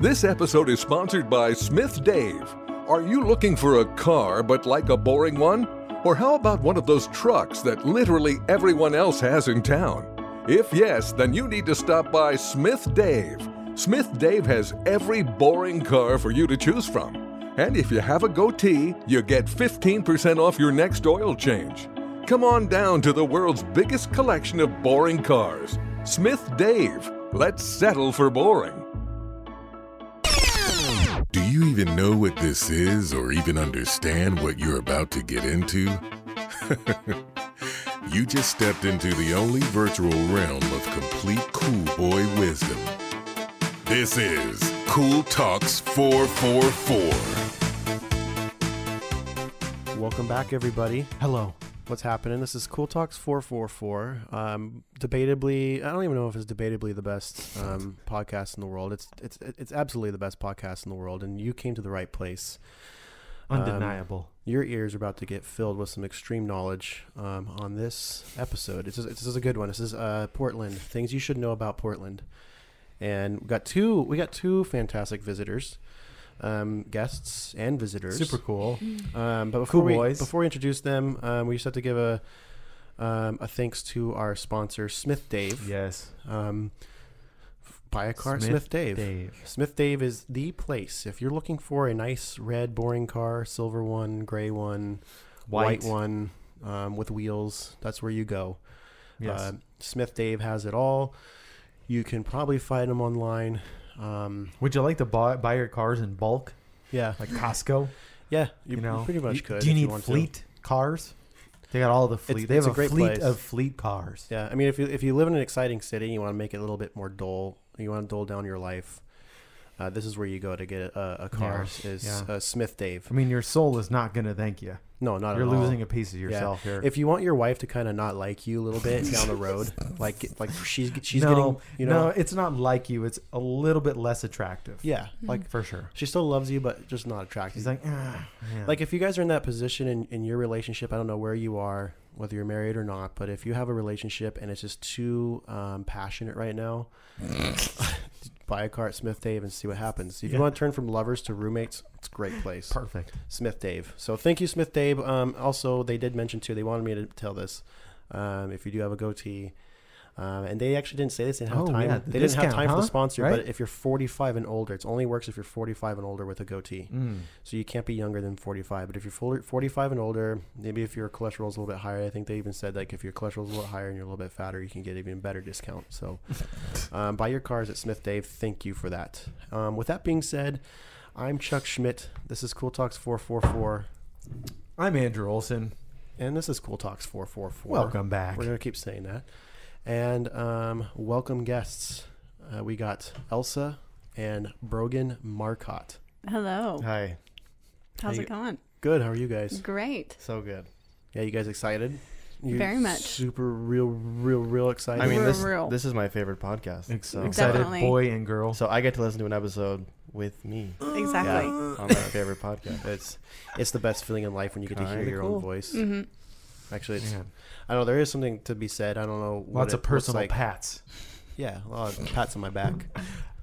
This episode is sponsored by Smith Dave. Are you looking for a car but like a boring one? Or how about one of those trucks that literally everyone else has in town? If yes, then you need to stop by Smith Dave. Smith Dave has every boring car for you to choose from. And if you have a goatee, you get 15% off your next oil change. Come on down to the world's biggest collection of boring cars. Smith Dave. Let's settle for boring. Do you even know what this is or even understand what you're about to get into? you just stepped into the only virtual realm of complete cool boy wisdom. This is Cool Talks 444. Welcome back, everybody. Hello. What's happening? This is Cool Talks 444. Um, debatably, I don't even know if it's debatably the best um, podcast in the world. It's it's it's absolutely the best podcast in the world, and you came to the right place. Um, Undeniable. Your ears are about to get filled with some extreme knowledge um, on this episode. This is, this is a good one. This is uh, Portland things you should know about Portland, and we got two we got two fantastic visitors, um, guests and visitors. Super cool. Um, but before Cool we boys. before we introduce them, um, we just have to give a um, a thanks to our sponsor, Smith Dave. yes. Um, f- buy a car, at Smith, Smith Dave. Dave. Smith Dave is the place if you're looking for a nice red, boring car, silver one, gray one, white, White. one um, with wheels. That's where you go. Yes. Uh, Smith Dave has it all. You can probably find them online. Um, Would you like to buy, buy your cars in bulk, yeah, like Costco? yeah, you, You you know, pretty much You- could. Do you if need want to. fleet cars? They got all the fleet. they it's have a, a great fleet place. of fleet cars. Yeah, I mean, if you if you live in an exciting city, you want to make it a little bit more dull. You want to dull down your life. Uh, this is where you go to get a, a car. Yeah, Is yeah. uh, Smith Dave? I mean, your soul is not going to thank you. No, not You're at all. losing a piece of Yeah. yourself here. If you want your wife to kind of not like you a little bit down the road, like get- like she's she's no, getting you know no, it's not like you. It's a little bit less attractive. yeah like for sure. she still loves you but just not attractive. He's like, ah, man. like if you guys are in that position in, in your relationship i don't know where you are whether you're married or not but if you have a relationship and it's just too um, passionate right now buy a car at smith dave and see what happens if you Yeah. want to turn from lovers to roommates it's a great place perfect. smith dave so thank you smith dave um, also they did mention too they wanted me to tell this um, if you do have a goatee um, and they actually didn't say this. They didn't have Oh, time. yeah, the they didn't have discount, time for the huh? sponsor. Right? But if you're 45 and older, it's only works if you're 45 and older with a goatee. Mm. So you can't be younger than 45. But if you're full- 45 and older, maybe if your cholesterol is a little bit higher, I think they even said like if your cholesterol is a little higher and you're a little bit fatter, you can get even better discount. So um, buy your cars at Smith Dave. Thank you for that. Um, with that being said, I'm Chuck Schmidt. This is Cool Talks 444, I'm Andrew Olson. and this is Cool Talks 444. Welcome back. We're gonna keep saying that. And um, welcome guests. Uh, we got Elsa and Brogan Marcotte. Hello. Hi. How's Hey. it going? Good. How are you guys? Great. So good. Yeah, you guys excited? You Very much. Super real, real, real excited. I mean, We're this real. this is my favorite podcast. Ex- So, excited Definitely. boy and girl. so I get to listen to an episode with me Exactly. on my favorite podcast. it's it's the best feeling in life when you get to hear Kinda your cool. own voice. hmm Actually, it's, Man. I know there is something to be said. I don't know. what Lots it of looks personal like. pats. Yeah, a lot of pats on my back.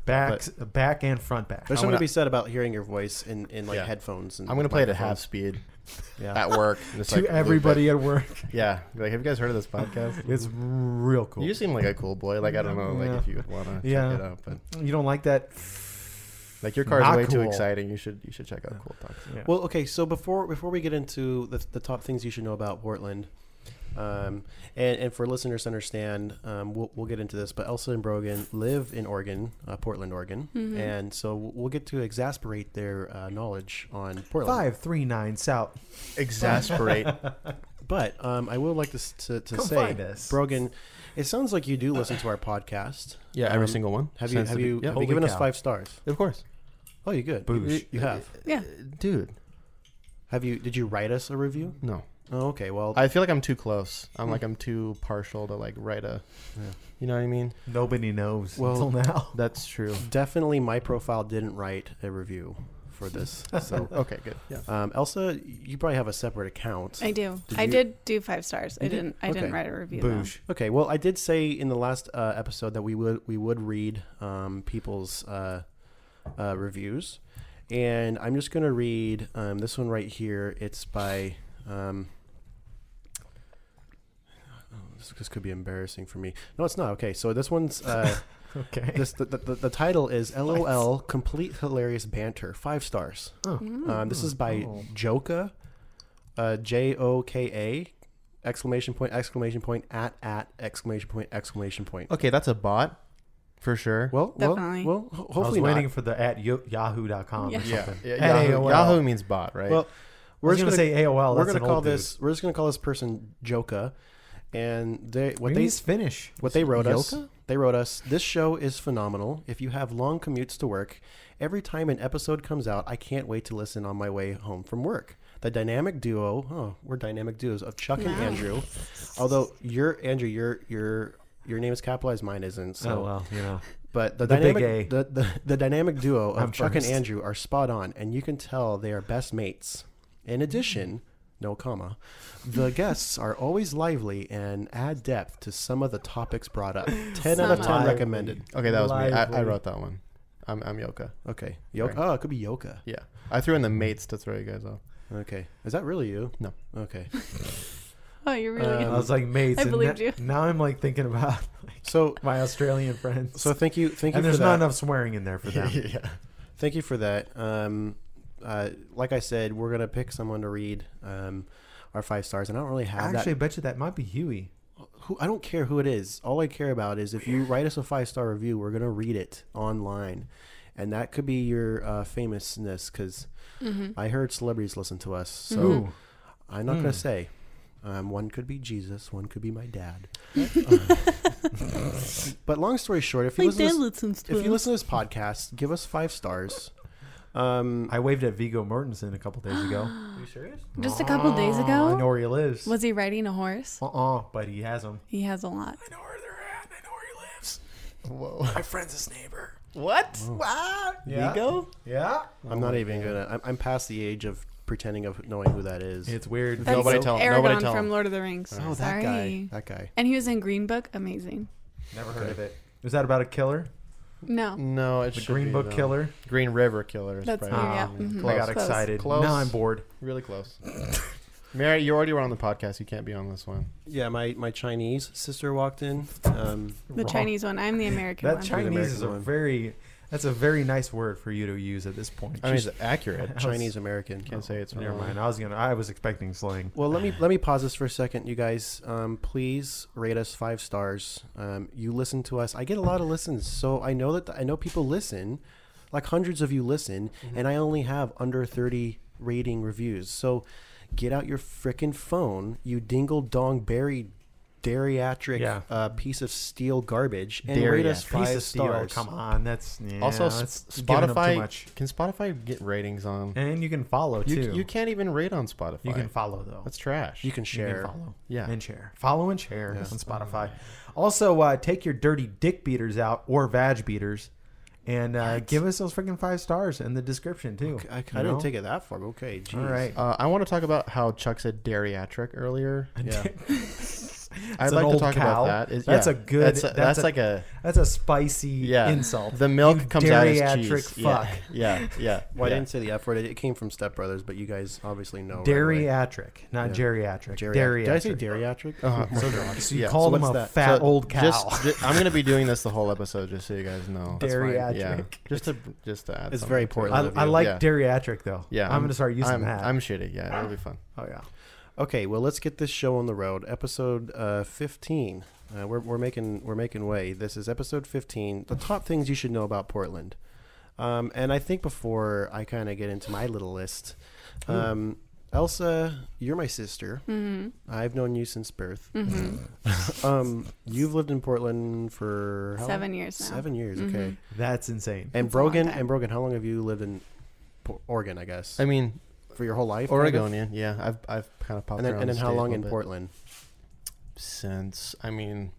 Back, back and front back. There's I'm something gonna- to be said about hearing your voice in, in like Yeah. headphones. And I'm gonna play it at microphones. half speed Yeah, at work. and just, to like, loop it. everybody at work. Yeah. Be Like, have you guys heard of this podcast? It's real cool. You seem like a cool boy. Like, I don't know, like Yeah. if you would wanna Yeah. check it out, but You don't like that? like your car's Not way too cool. exciting. You should you should check out Cool Talks. Yeah. Well, okay. So before before we get into the, the top things you should know about Portland, um, and and for listeners to understand, um, we'll we'll get into this. But Elsa and Brogan live in Oregon, uh, Portland, Oregon, Mm-hmm. and so we'll get to exasperate their uh, knowledge on Portland. Five three nine south. Exasperate. But um, I would like to s- to, to Come say, find us. Brogan, it sounds like you do listen to our podcast. yeah, every Um, single one. Have you Since have the be- you, Yeah. have you Holy given us cow. five stars? Of course. Oh, you good. Boosh. You, you have. Yeah. Dude. Have you? Did you write us a review? No. Oh, okay. Well, I feel like I'm too close. I'm Hmm. like I'm too partial to like write a you know what I mean? Nobody knows Well- until now. That's true. definitely my profile didn't write a review for this. So, Okay, good. Yeah. um, Elsa, you probably have a separate account. I do. Did I you- did do five stars. I You did? didn't. I Okay. didn't write a review. though. Boosh. okay, well, I did say in the last uh, episode that we would we would read um, people's uh, uh, reviews, and I'm just gonna read um, this one right here. It's by um, oh, this, this could be embarrassing for me. No, it's not. Okay, so this one's. Uh, Okay. This the, the, the, the title is LOL Complete Hilarious Banter. Five stars. Mm. Um, this is by Oh. Joka, uh, J O K A, exclamation point, exclamation point, at, at, exclamation point, exclamation point. Okay, that's a bot for sure. Well, well, Definitely. well, ho- I was hopefully waiting not. for the at yo- yahoo.com or Yeah. something. Yeah, Yeah, At Yahoo, AOL. Yahoo means bot, right? Well, We're just gonna say AOL. We're that's gonna an call old dude. this. We're just gonna call this person Joka, and they what Maybe they he's Finnish. What they wrote us, Yoka? they wrote us, this show is phenomenal. If you have long commutes to work, every time an episode comes out, I can't wait to listen on my way home from work. The dynamic duo, oh, we're dynamic duos of Chuck and Andrew. Although your Andrew, your your your name is capitalized, mine isn't. So, Oh well, you know. but the, The big dynamic the, the the dynamic duo of I'm Chuck first. and Andrew are spot on, and you can tell they are best mates. In addition, no comma, the guests are always lively and add depth to some of the topics brought up. Ten out of ten Lively. recommended. okay, that was me. I, I lively. wrote that one. I'm, I'm Yoka. Okay, Yoka. Oh, it could be Yoka. Yeah, I threw in the mates to throw you guys off. Okay, is that really you? No. Okay. Oh, you're um, really I was like mates. I and believed na- you. Now I'm like thinking about like, So my Australian friends. so thank you thank you and for there's that. not enough swearing in there for them. yeah. Thank you for that. Um, uh, like I said, we're gonna pick someone to read um, our five stars, and I don't really have that Actually, I bet you that might be Huey. who I don't care who it is. All I care about is if you write us a five star review, we're gonna read it online, and that could be your uh, famousness. Because I heard celebrities listen to us, so I'm not Mm. gonna say. Um, one could be Jesus, one could be my dad. but long story short, if you listen, to this, listens if you listen to this podcast, give us five stars. Um, I waved at Vigo Mortensen a couple days ago. Are you serious? Just a couple days I ago, know where he lives. was he riding a horse? uh uh but he has them. He has a lot. I know where they're at. I know where he lives. Whoa. My friend's his neighbor. What? Wow. Yeah. Oh, Vigo? Yeah. I'm not even gonna. I'm, I'm past the age of pretending of knowing who that is. It's weird. That's Nobody tell him. Aragon Nobody tell from him. Lord of the Rings. oh, that Sorry. guy. That guy. And he was in Green Book. Amazing. Never heard of it. Is that about a killer? No. No, it's The Green Book killer? Green River Killer. Is That's- probably yeah, the yeah. one. Mhm. I Close. got Close. excited. Close. Now I'm bored. Really close. Mary, you already were on the podcast. You can't be on this one. Yeah, my, my Chinese sister walked in. Um, The Chinese one. I'm the American That one. Chinese is a one. very. That's a very nice word for you to use at this point. I mean, it's accurate. Chinese American. Can't say it's Never wrong. mind. I was gonna. I was expecting slang. Well, let me let me pause this for a second, you guys. Um, please rate us five stars. Um, you listen to us. I get a lot of listens, so I know that I know people listen, like hundreds of you listen, and I only have under thirty rating reviews. So, get out your frickin' phone, you dingle dong berry, dariatric Yeah. uh, piece of steel garbage, and rate us Piece five of steel, stars. Come on, that's yeah, also, that's S- giving up Spotify. too much. Can Spotify get ratings on? And you can follow You, too. you can't even rate on Spotify. You can follow though. That's trash. You can You can share. follow. Yeah. And share. Follow and share on Spotify. Also, uh, take your dirty dick beaters out or vag beaters, and uh, give us those freaking five stars in the description too. I, I didn't take it that far. but Okay, geez. All right. Uh, I want to talk about how Chuck said dariatric earlier. Yeah. I'd an like to old talk cow. about that. It- That's yeah. a good- That's, a, that's that's, a- like a That's a spicy yeah insult. The milk You comes out as dariatric cheese. fuck. Yeah, yeah. yeah. Well, I yeah. didn't say the F word. It it came from Step Brothers, but you guys obviously know. right away. Dariatric, not geriatric. Dariatric. Did I say dariatric? So, so you Yeah. called So him a what's that? fat So old cow. Just, ju- I'm gonna be doing this the whole episode, just so you guys know. That's fine. Dariatric. Yeah. Just to just to add. It's something very to it. poorly I, Love I you. like Yeah. dariatric though. Yeah, I'm, gonna start using I'm, that. I'm shitty. Yeah, it'll be fun. oh yeah. Okay, well, let's get this show on the road. Episode uh, 15. Uh, we're, we're making we're making way. This is episode 15. The top things you should know about Portland. Um, and I think before I kind of get into my little list, um, Elsa, you're my sister. Mm-hmm. I've known you since birth. um, you've lived in Portland for how long? Seven years now. Mm-hmm. Seven years, okay. That's insane. And a long Brogan, time. and Brogan, how long have you lived in Por- Oregon? I guess I mean, for your whole life. kind of? Oregonian. Yeah, I've I've kind of popped And then, around and the then how state a long little in bit Portland? Since I mean,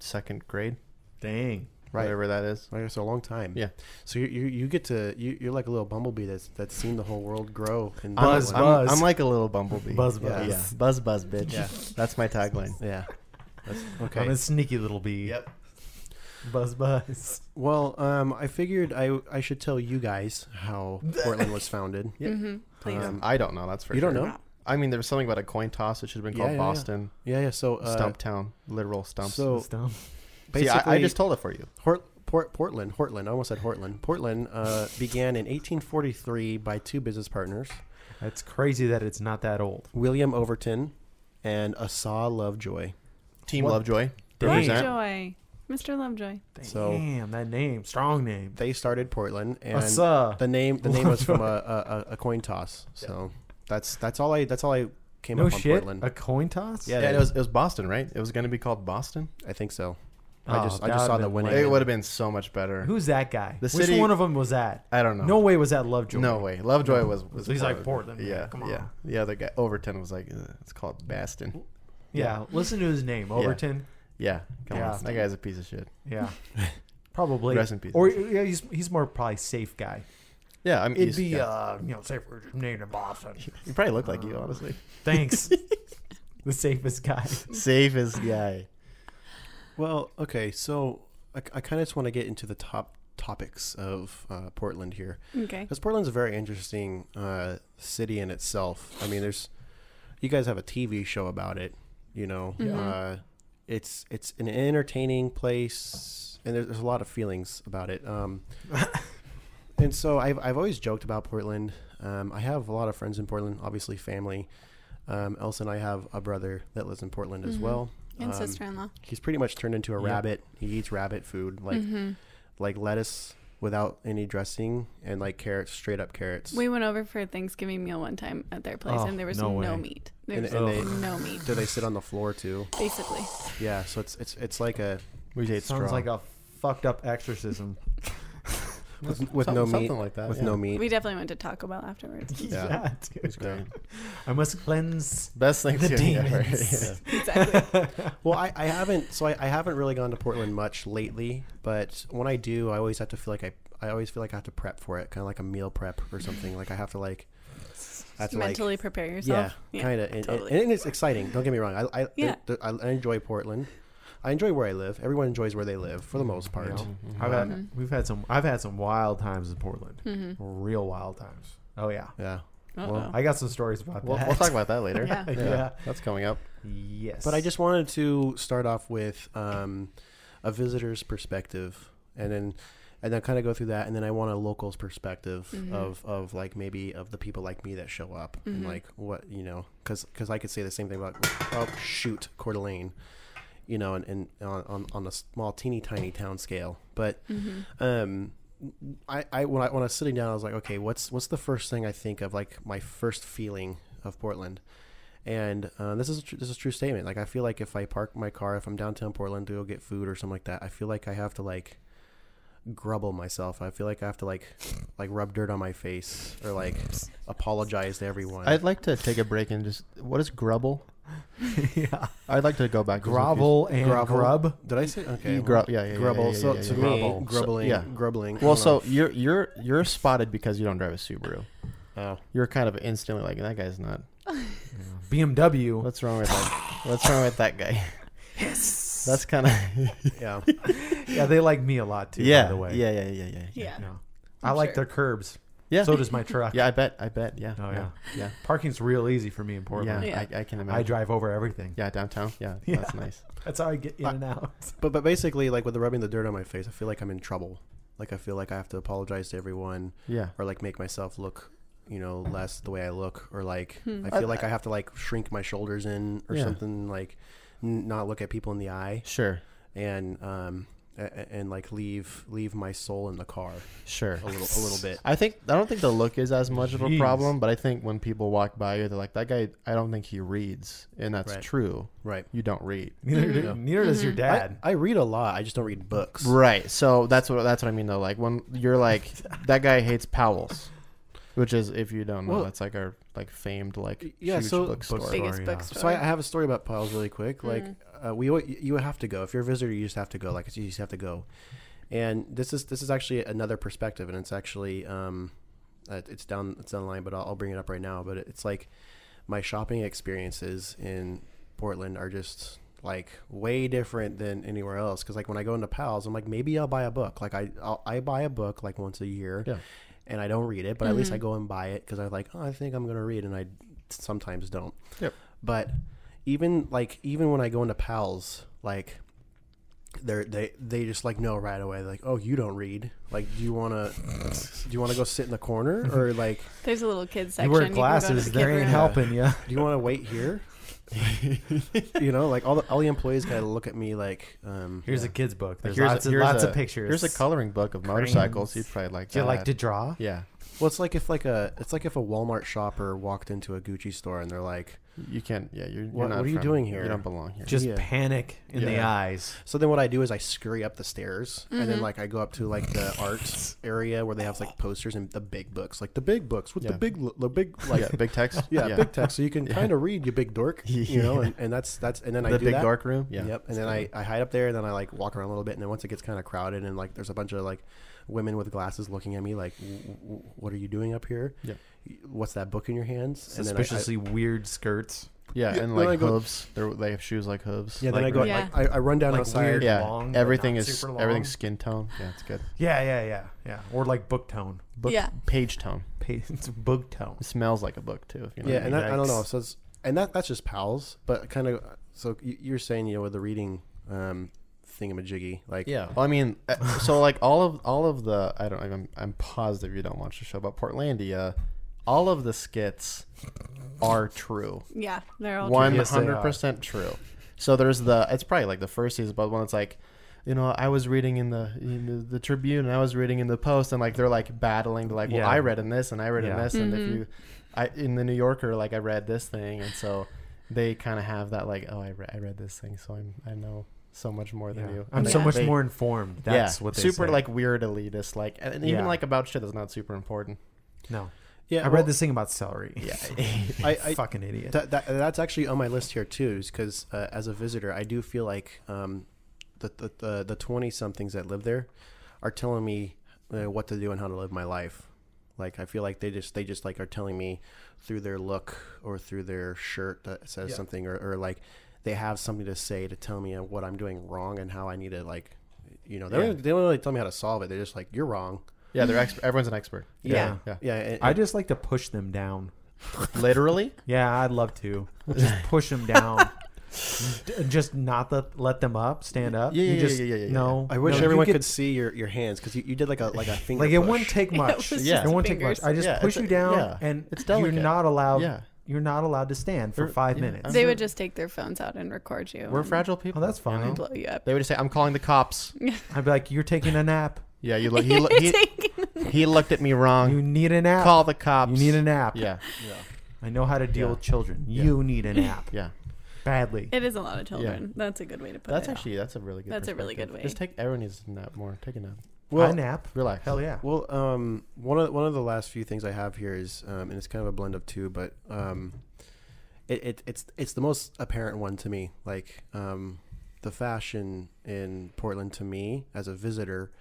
second grade, Dang. Right. whatever that is. Like so a long time. Yeah. So you you, you get to you, you're like a little bumblebee that's that's seen the whole world grow and I'm- Buzz, I'm, buzz. I'm like a little bumblebee. Buzz, Yeah, buzz. Yeah, buzz, buzz, bitch. Yeah. that's my tagline. Yeah. That's, I'm okay. a sneaky little bee. Yep. Buzz Buzz. Well, um, I figured I I should tell you guys how Portland was founded. Yeah. Mm-hmm. Please. Um, I don't know. That's for you sure. don't know? I mean, there was something about a coin toss. It should have been Yeah, yeah, called yeah. Boston Yeah, yeah. So uh, Stump Town, literal stumps. So Stump. See, I, I basically- just told it for you. Hort, Port, Portland, Hortland. I almost said Hortland. Portland uh, began in 1843 by two business partners, That's crazy that it's not that old. William Overton and Asa Lovejoy. Team What? Lovejoy. Represent. Lovejoy. Mr. Lovejoy. Damn, So- that name, strong name. They started Portland, and What's up? the name the name was from a, a, a- a coin toss. So that's that's all I that's all I came No up on shit. Portland. A coin toss. Yeah, Yeah, it was it was Boston, right? It was going to be called Boston. I think so. Oh, I just I that just saw would've the been winning. lame. It would have been so much better. Who's that guy? The Which city- one of them was that? I don't know. No way was that Lovejoy. No way. Lovejoy was, was He's like Portland, man. Yeah, Come on. yeah. The other guy Overton was like, "Ugh, it's called Baston. Yeah. Listen to his name, Overton. Yeah, come Yeah. on. That guy's a piece of shit. Yeah. Probably. Rest in peace. Or yeah, he's he's more probably safe guy. Yeah, I'm. It'd It'd be yeah. uh you know safer named in Boston. You probably look like you, honestly. Thanks. the safest guy. Safest guy. Well, okay, so I, I kind of just want to get into the top topics of uh, Portland here. Okay. Because Portland's a very interesting uh, city in itself. I mean, there's you guys have a TV show about it. You know, Mm-hmm. uh, it's it's an entertaining place, and there's, there's a lot of feelings about it. Um, and so I've I've always joked about Portland. Um, I have a lot of friends in Portland, obviously family. Um, Elsa and I have a brother that lives in Portland as well. Mm-hmm. And Um, sister in law. He's pretty much turned into a rabbit. He eats rabbit food, like Mm-hmm. like lettuce without any dressing, and like carrots, straight up carrots. We went over for a Thanksgiving meal one time at their place, Oh, and there was no no, way. meat. There And- was and they- no meat, Do they sit on the floor too? basically. Yeah, so it's it's it's like a We ate Sounds straw. like a fucked up exorcism. with, with no Something- meat, something like that, with yeah. no meat. We definitely went to Taco Bell afterwards. Yeah, dude. Yeah. I must cleanse Best thing the to ever. demons. exactly. Well, I, I haven't so I, I haven't really gone to Portland much lately, but when I do, I always have to feel like I I always feel like I have to prep for it, kind of like a meal prep or something. Like I have to like I have to like Mentally prepare Yeah, yourself. kind of, and, totally. and, and it's exciting. Don't get me wrong. I I, Yeah. th- I I enjoy Portland. I enjoy where I live. Everyone enjoys where they live for the most part. Yeah. I've had, Mm-hmm. we've had some. I've had some wild times in Portland. Real wild times. Oh yeah. Yeah, Uh-oh. I got some stories about We'll, that. we'll talk about that later. Yeah. Yeah. That's coming up. Yes. but I just wanted to start off with um, a visitor's perspective, and then and then kind of go through that, and then I want a local's perspective of of like maybe of the people like me that show up and like what you know, because because I could say the same thing about oh shoot Coeur d'Alene. you know, and, and on, on, on a small, teeny tiny town scale. But Mm-hmm. um, I, I when I when I was sitting down, I was like, okay, what's what's the first thing I think of, like my first feeling of Portland? And uh, this is a tr- this is a true statement. Like I feel like if I park my car, if I'm downtown Portland to go get food or something like that, I feel like I have to like grubble myself. I feel like I have to like like rub dirt on my face or like apologize to everyone. I'd like to take a break and just. What is grubble? yeah. I'd like to go back. to grovel and Grovel. grub. Did I say okay? You well, grub- yeah, yeah, yeah, grubble. yeah, yeah, so yeah, to yeah, me, grubble. So- grubbling, yeah. grubbling. I Well, don't so you're you're you're spotted because you don't drive a Subaru. know. You're kind of instantly like that guy's not. BMW. What's wrong with that? What's wrong with that guy? That's kind of yeah. Yeah, they like me a lot too. yeah, By the way. yeah, yeah, yeah, yeah, Yeah. Yeah. I like sure. their curbs. yeah. So does my truck. yeah. I bet, I bet, yeah. Oh, yeah. yeah, Parking's real easy for me in yeah. Portland. Yeah. I, I can imagine. I drive over everything. Yeah, downtown. Yeah, Yeah. that's nice. That's how I get in and out. But but basically, like with the rubbing the dirt on my face, I feel like I'm in trouble. Like I feel like I have to apologize to everyone, Yeah, or like make myself look, you know, less the way I look, or like I feel like I have to like shrink my shoulders in or Uh, Yeah. something, like n- not look at people in the eye, sure, and um a- a- and like leave leave my soul in the car sure. a little a little bit. I think I don't think the look is as much of a Jeez. problem, but I think when people walk by you, they're like, "That guy, I don't think he reads," and that's Right. true. Right. You don't read. Neither, do- neither does your I, dad. I read a lot. I just don't read books. Right. So that's what that's what I mean though. Like when you're like that guy hates Powell's, which is if you don't know, Well- that's like our like famed like Yeah, huge so- bookstore. Bookstore. Biggest Sorry, yeah. bookstore. So I, I have a story about piles really quick. Like uh, we, al- you have to go if you're a visitor. You just have to go. Like you just have to go. And this is this is actually another perspective, and it's actually um, uh, it's down it's online, but I'll, I'll bring it up right now. But it's like my shopping experiences in Portland are just like way different than anywhere else. Because like when I go into Pals, I'm like maybe I'll buy a book. Like I I'll, I buy a book like once a year, Yeah. and I don't read it, but at least I go and buy it because I'm like oh, I think I'm gonna read, and I sometimes don't. Yep. But even like even when I go into Pals, like they're they they just like know right away like oh you don't read like do you want to do you want to go sit in the corner or like There's a little kids You section. wear can go down to glasses, the they kid ain't room. helping you. do you want to wait here you know like all the all the employees gotta look at me like um Here's a kid's book. There's here's lots, a- of, here's lots a- of pictures. Here's a coloring book of motorcycles. Cranes. You'd probably like Do you that. like to draw? Yeah. well it's like if like a it's like if a walmart shopper walked into a gucci store and they're like You can't. Yeah. You're. you're What- not what are you from- doing You here? don't belong here. Just Yeah. panic in the Yeah. eyes. so then what i do is i scurry up the stairs and then like i go up to like the art area where they have like posters and the big books like the big books with Yeah. the big the big like yeah. Big text. yeah, big text, so you can kind of read, you big dork. You know, and, and that's that's and then I The do big that. dark room. Yeah. Yep. And then I, I hide up there, and then I like walk around a little bit, and then once it gets kind of crowded, and like there's a bunch of like women with glasses looking at me, like, "W- w- what are you doing up here? Yep. What's that book in your hands? Suspiciously weird skirts. Yeah. And then I like go- hooves. They're, they have shoes like hooves. And then I, like- yeah, then Yeah. I go like I, I run down Like outside. weird- Yeah. long, but everything not is super long. everything's skin tone. Yeah. It's good. Yeah, yeah, yeah, yeah. Or like book tone. Book, Yeah. Page tone. It's book tone. It smells like a book too. If you know Yeah, what I and mean. that, I don't know. Yikes. So it's and that that's just pals, but kind of. So you- you're saying you know with the reading um thingamajiggy, like Yeah, well, I mean, uh, so like all of all of the I don't I'm, I'm positive you don't watch the show about Portlandia. All of the skits are true, Yeah, they're all one Yes, they are. hundred percent true. So there's the it's probably like the first season, but when it's like, you know, I was reading in the in the, the Tribune and I was reading in the Post, and like they're like battling to like, well, Yeah. I read in this and I read in Yeah. this, and Mm-hmm. if you, I in the New Yorker like I read this thing, and so they kind of have that like, oh, I, re- I read this thing, so I'm I know so much more than Yeah. you. I'm And so they- much they- more informed. That's what they super say. like weird elitist like and even Yeah. like about shit that's not super important. No, yeah. I read this thing about celery. Yeah, I, I, fucking idiot. That, that, that's actually on my list here too, because uh, as a visitor, I do feel like um, the the- the the twenty somethings that live there are telling me uh, what to do and how to live my life. Like I feel like they just they just like are telling me through their look or through their shirt that says something or, or like they have something to say to tell me what I'm doing wrong and how I need to like you know they don't, they don't really tell me how to solve it. They're just like you're wrong. yeah, they're expert. Everyone's an expert. Yeah. yeah. Yeah, and- I just like to push them down. Literally, Yeah, I'd love to. Just push them down. D- just not let, let them up, stand up. Yeah, You yeah, just, yeah, yeah, yeah, yeah. No, I wish no, you everyone get- could see your, your hands because you, you did like a like a finger Like it push. wouldn't take much. was Yeah. just it wouldn't take much. fingers. I just Yeah, it's push a- you down, yeah. and It's you're delicate. not allowed. Yeah. you're not allowed to stand for They're- five yeah, minutes. I'm- They would just take their phones out and record you. we're and fragile people. Oh, that's fine. you know? Blow you up. They would just say, "I'm calling the cops." I'd be like, "You're taking a nap. Yeah, you look. He, lo- he, he looked at me You wrong. need a nap. Call the cops. You need a nap. Yeah, I know how to deal Yeah. with children. Yeah. You need a nap yeah. badly. It is a lot of children. That's a good way to put That's it. actually that's a really good. That's a really perspective. good way. Just take everyone needs to nap more. Take a nap. Well, I nap. Relax. Hell yeah. Well, um, one of one of the last few things I have here is, um, and it's kind of a blend of two, but um, it, it it's it's the most apparent one to me. Like um, the fashion in Portland to me as a visitor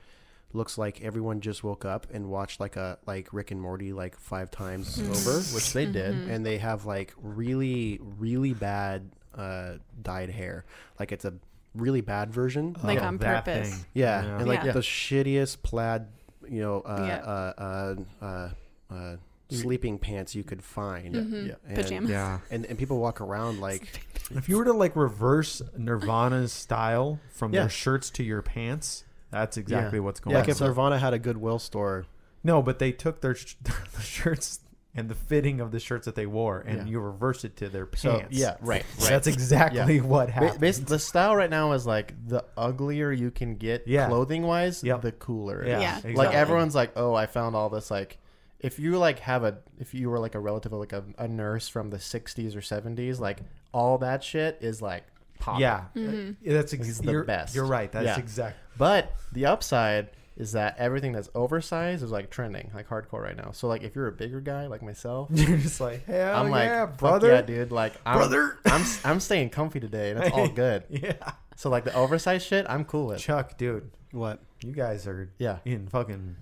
looks like everyone just woke up and watched like a like Rick and Morty like five times over, Which they did. and they have like really really bad uh, dyed hair. Like it's a really bad version. Like Oh, on that purpose. thing. Yeah, Yeah. and like Yeah. the shittiest plaid, you know, uh, Yeah. uh, uh, uh, uh, sleeping pants you could find. Mm-hmm. Yeah. And, Pajamas. Yeah. And, and people walk around like, If you were to like reverse Nirvana's style from Yeah. their shirts to your pants, that's exactly what's going like on. if Nirvana had a Goodwill store. no, but they took their, sh- the shirts and the fitting of the shirts that they wore, and Yeah. you reverse it to their pants. So yeah, right, right. That's exactly what Ba- happened. bas- the style right now is like the uglier you can get Yeah. clothing wise, Yep. the cooler. it yeah, is. Yeah. exactly. Like everyone's like, oh, I found all this. Like, if you like have a, if you were like a relative of like a, a nurse from the '60s or '70s, like all that shit is like pop. Yeah, Uh, that's He's ex- the you're, best. You're right. That's Yeah. exact. But the upside is that everything that's oversized is like trending, like hardcore right now. So like, if you're a bigger guy like myself. You're just like hell I'm like, yeah, "Fuck brother. yeah, dude. Like, I'm, Brother. I'm, s- I'm staying comfy today, and it's all good. Yeah. So, like, the oversized shit, I'm cool with. Chuck, dude, What? you guys are Yeah. in fucking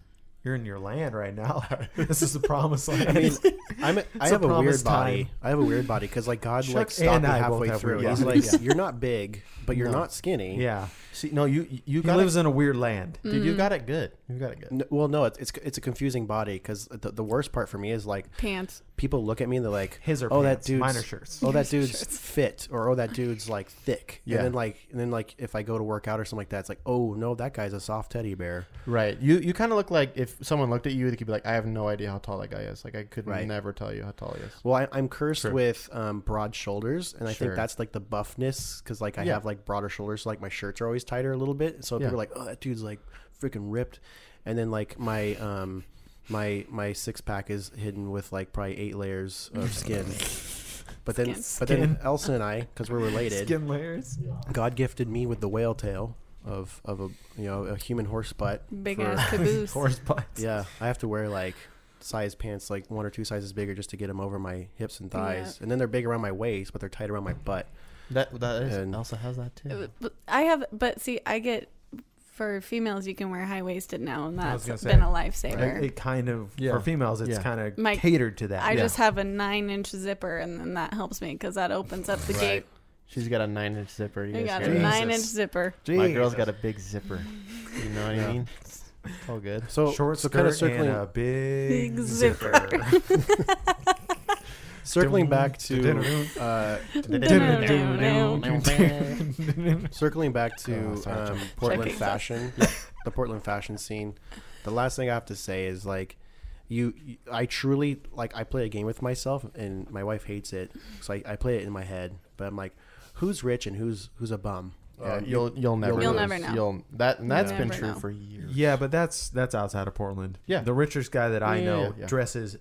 You're in your land right now. this is the promised land. I mean, I'm a, I a have a weird promised body. time. I have a weird body because like God like Shucks stopped and me I both halfway have through. weird He's like, bodies. you're not big, but you're No. not skinny. yeah, See, no, you you- you he got lives it. in a weird land. dude, you got it good. You got it good. N- well, no, it's it's it's a confusing body because the, the worst part for me is like Pants. people look at me and they're like, His are oh pants, that dude's mine are shirts." oh that dude's fit, or oh that dude's like thick, Yeah. and then like and then like if I go to work out or something like that, it's like oh no that guy's a soft teddy bear. Right. You you kind of look like if someone looked at you, they could be like, I have no idea how tall that guy is. Like I could Right. never tell you how tall he is. Well, I, I'm cursed True. with um, broad shoulders, and I Sure. think that's like the buffness because like I Yeah. have like broader shoulders, so, like my shirts are always tighter a little bit. So Yeah. people are like, "Oh, that dude's like freaking ripped," and then like my um my my six pack is hidden with like probably eight layers of skin. But then, Skin. but then Elson and I, because we're related, Skin layers. God gifted me with the whale tail of of a you know a human horse butt. Big for- ass caboose. Horse butts. Yeah, I have to wear like size pants, like one or two sizes bigger, just to get them over my hips and thighs, and then they're big around my waist, but they're tight around my butt. That that is And- Elsa has that too. Uh, But I have, but see, I get for females you can wear high waisted now, and I was that's gonna say, been a It, lifesaver. it kind of Yeah. for females, it's Yeah. kind of My- catered to that. I just have a nine inch zipper, and then that helps me because that opens up the gate. She's got a nine inch zipper. You I guys got hear a that? nine inch zipper. My girl's got a big zipper. You know what I mean? It's all good. So short so skirt kind of circling and a big, Big zipper. circling back to uh, circling back Oh, to sorry, um, Chuck. Portland Chuck. fashion, the Portland fashion scene. The last thing I have to say is like, you, you- I truly like I play a game with myself, and my wife hates it, so I, I play it in my head. But I'm like, who's rich and who's who's a bum? Uh, And you'll you'll never You'll lose. never know. You'll that and that's You'll been never true know. for years. yeah, but that's that's outside of Portland. Yeah. the richest guy that I Yeah, know yeah, yeah. dresses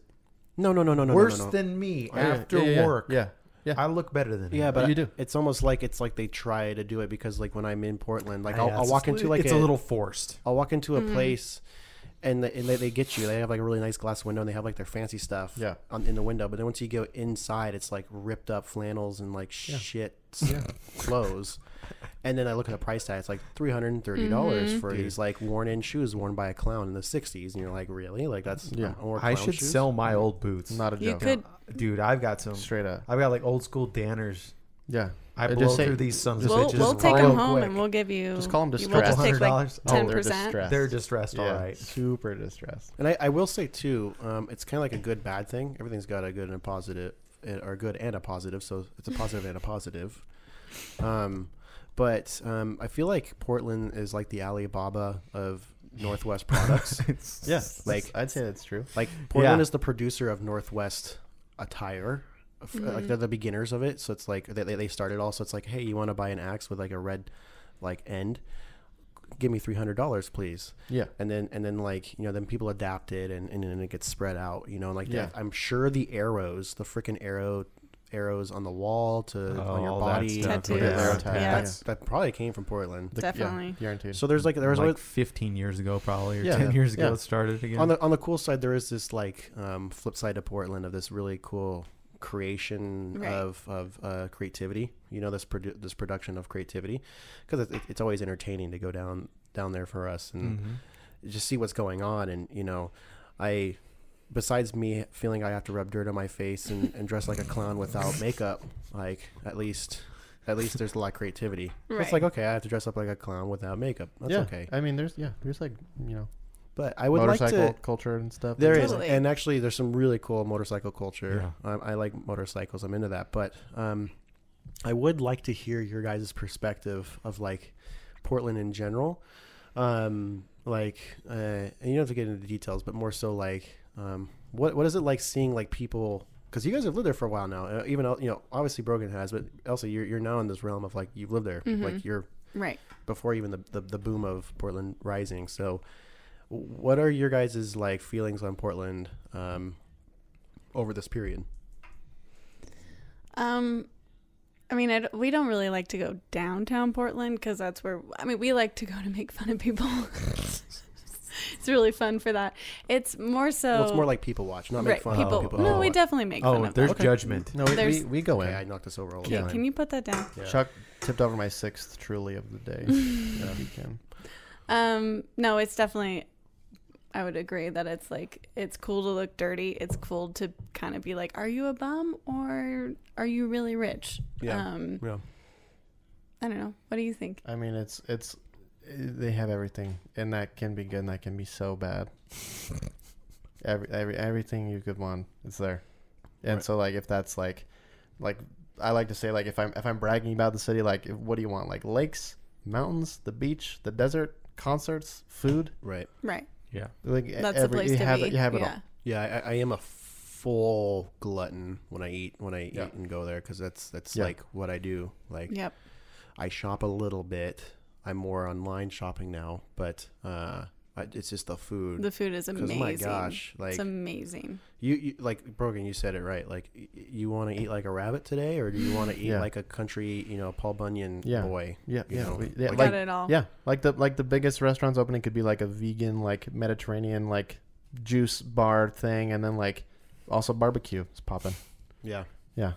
no, no, no, no, no, worse no, Oh, no. than me Yeah, yeah, after yeah, yeah, work. Yeah. Yeah. I look better than him. Yeah, but You do. It's almost like it's like they try to do it because like when I'm in Portland, like Ah, Yeah, I'll, it's I'll walk just- into like it's a, little forced. I'll walk into a place, and they, and they, they get you. They have like a really nice glass window, and they have like their fancy stuff. Yeah. On, in the window, but then once you go inside, it's like ripped up flannels and like shit clothes. And then I look at the price tag; it's like three hundred and thirty dollars for these like worn-in shoes worn by a clown in the '60s, and you're like, really? Like that's Yeah. I wore I clown should shoes? sell my old boots. Not a You joke. could Dude, I've got some. Straight up. I've got like old school Danners. Yeah. I Uh, blow through these sons of We'll, bitches. we'll take real them home quick. and we'll give you. Just call 'em you- We'll just take like distressed. Oh, ten they're percent. distressed. They're distressed, Yeah, all right. Super distressed. And I, I will say too, um, it's kind of like a good bad thing. Everything's got a good and a positive, or good and a positive. So it's a positive and a positive. Um, but um, I feel like Portland is like the Alibaba of Northwest products. Yeah. Like- Like I'd say that's true. like Portland Yeah. is the producer of Northwest attire. F- uh, Like they're the beginners of it, so it's like they they- they started all. So it's like, hey, you want to buy an axe with like a red, like end? Give me three hundred dollars, please Yeah. and then and then like you know then people adapt it and and then it gets spread out you know like Yeah. that. i'm sure the arrows the freaking arrow arrows on the wall to on your all Oh, that body stuff, Tattoos. yeah. Yeah. that's that probably came from portland The- yeah, Definitely. guaranteed. so there's like there was like always, 15 years ago, probably, or Yeah. 10 years ago, Yeah. it started again. on the on the cool side there is this like um, flip side of portland of this really cool creation Right. of of uh, creativity you know this produ- this production of creativity because it, it's always entertaining to go down down there for us and Mhm. just see what's going on and you know i besides me feeling i have to rub dirt on my face and, and dress like a clown without makeup like at least at least there's a lot of creativity it's Right. like okay i have to dress up like a clown without makeup that's yeah. okay I mean, there's yeah, there's like you know but i would like motorcycle to culture and stuff. there is, Totally. and actually, there's some really cool motorcycle culture. Um, I like motorcycles. I'm into that, but um, I would like to hear your guys' perspective of like Portland in general. Um, like, uh, and you don't have to get into the details, but more so like, um, what what is it like seeing like people? Because you guys have lived there for a while now. Uh, even El- you know, obviously Brogan has, but Elsa, you're you're now in this realm of like you've lived there. Like you're Right. before even the, the, the boom of Portland rising. So, what are your guys' like feelings on Portland um, over this period? Um, I mean, I d we don't really like to go downtown Portland because that's where I mean we like to go to make fun of people. it's really fun for that. It's more so. well, it's more like people watch, not make right, fun people. of people. no, who we watch. definitely make fun Oh, of them. there's judgment. no, we, there's- we, we go in. Okay, I knocked this over all the Okay, time. can you put that down? Yeah. Chuck tipped over my sixth truly of the day. yeah, he can. Um, no, it's definitely I would agree that it's like it's cool to look dirty. It's cool to kind of be like, are you a bum or are you really rich? Yeah. Um, Yeah. I don't know. What do you think? I mean, it's it's they have everything, and that can be good, and that can be so bad. every every everything you could want, it's there. And so like if that's like, like I like to say like if I'm if I'm bragging about the city, like if, what do you want? Like lakes, mountains, the beach, the desert, concerts, food. Right. Right. Yeah. Like e, E, That's every, the place you to have be. It, you have it yeah. all. Yeah, I, I am a full glutton when I eat when I eat and go there because that's that's Yeah. like what I do. Like Yep. I shop a little bit. I'm more online shopping now, but uh, I, it's just the food. The food is oh 'Cause amazing. my gosh, like it's amazing. you, you, like Brogan, you said it right. Like y- y- you want to eat like a rabbit today, or do you want to eat Yeah. like a country, you know, Paul Bunyan Yeah. boy? Yeah, You yeah, know, we- yeah, like- Got like it all. yeah, like the like the biggest restaurants opening could be like a vegan, like Mediterranean, like juice bar thing, and then like also barbecue is popping. Yeah. Yeah,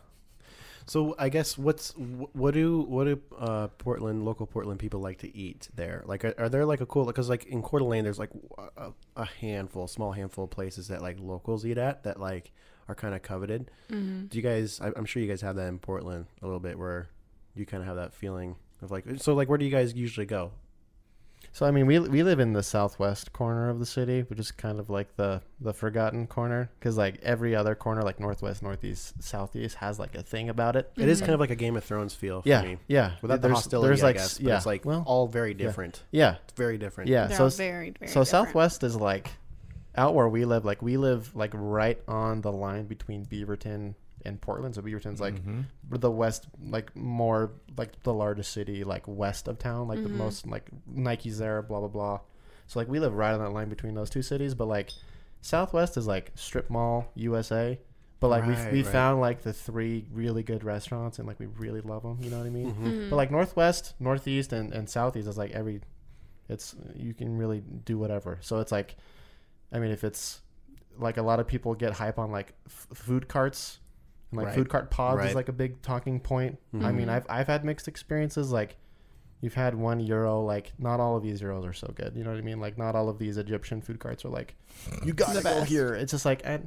So I guess what's wh- what do what do uh, Portland local Portland people like to eat there? Like, are, are there like a cool because like in Coeur d'Alene, there's like a, a handful, small handful of places that like locals eat at that like are kind of coveted. Mm-hmm. Do you guys? I, I'm sure you guys have that in Portland a little bit where you kind of have that feeling of like. So like, where do you guys usually go? So I mean, we we live in the southwest corner of the city, which is kind of like the the forgotten corner, because like every other corner, like northwest, northeast, southeast, has like a thing about it. It is kind of like a Game of Thrones feel. For Yeah, me. yeah. Without the There's- hostility, there's I like guess. s- But yeah. it's like well, all very different. yeah, It's Very different. yeah. They're so all s- very, very so different. southwest is like out where we live. Like we live like right on the line between Beaverton and Portland. So Beaverton's Mm-hmm. like Mm-hmm. the west, like more like the largest city, like west of town, like Mm-hmm. the most like Nike's there, blah blah blah. So like we live right on that line between those two cities, but like Southwest is like strip mall USA. But like Right, we we right. found like the three really good restaurants and like we really love them. You know what I mean? Mm-hmm. Mm-hmm. But like Northwest, Northeast, and, and Southeast is like every, it's you can really do whatever. So it's like, I mean, if it's like a lot of people get hype on like f- food carts and like Right. food cart pods Right. Mm-hmm. is like a big talking point. I Mm-hmm. mean, I've I've had mixed experiences like you've had one euro like not all of these euros are so good you know what i mean like not all of these egyptian food carts are like you gotta go here it's just like i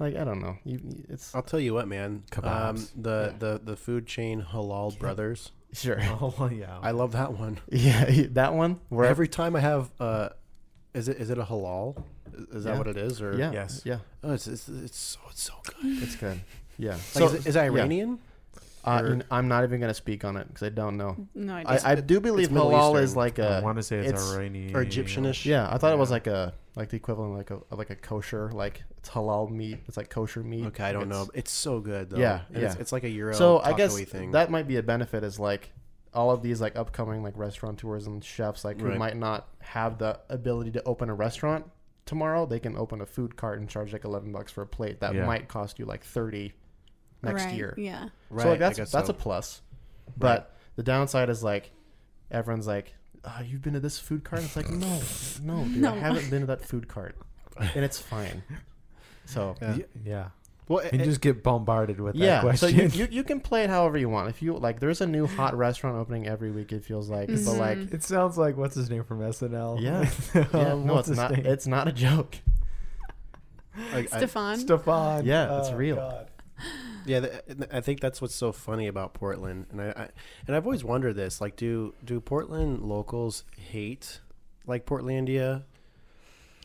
like i don't know you, you- it's I'll tell you what, man. Um, Kebabs. the, the the food chain Halal Brothers. sure Oh yeah. I love that one. yeah that one where Every time I have, uh, is it is it a halal? Is that Yeah. what it is? Or yeah Yes. yeah oh, it's, it's it's so it's so good. it's good yeah Like, is, it, is it Iranian? uh, or- n- i'm not even gonna speak on it because i don't know No idea. I, I do believe Middle halal Eastern. is like a I want to say it's, Iranian Or Egyptianish? yeah i thought it was like a like the equivalent like a like a kosher like it's halal meat it's like kosher meat Okay, I don't It's- know. It's so good though. Yeah, And It's, yeah. it's like a euro. so I guess taco-y thing. that might be a benefit is like all of these like upcoming like restaurateurs and chefs like who Right. might not have the ability to open a restaurant tomorrow they can open a food cart and charge like 11 bucks for a plate that Yeah. might cost you like 30 next right. year Yeah. right? so like that's I guess that's so. a plus but the downside is like everyone's like oh, you've been to this food cart it's like no no dude, No. i haven't been to that food cart and it's fine so Yeah. well, And just get bombarded with yeah, that question. so you, you you can play it however you want. If you like, there's a new hot restaurant opening every week. It feels like, but like, it sounds like what's his name from SNL? yeah, Oh, yeah, Um, no, what's it's his not. name? It's not a joke. Like, I- Stefan. Stefan. Yeah, it's Oh, real. God. yeah, th- I think that's what's so funny about Portland, and I, I and I've always wondered this: like, do do Portland locals hate like Portlandia?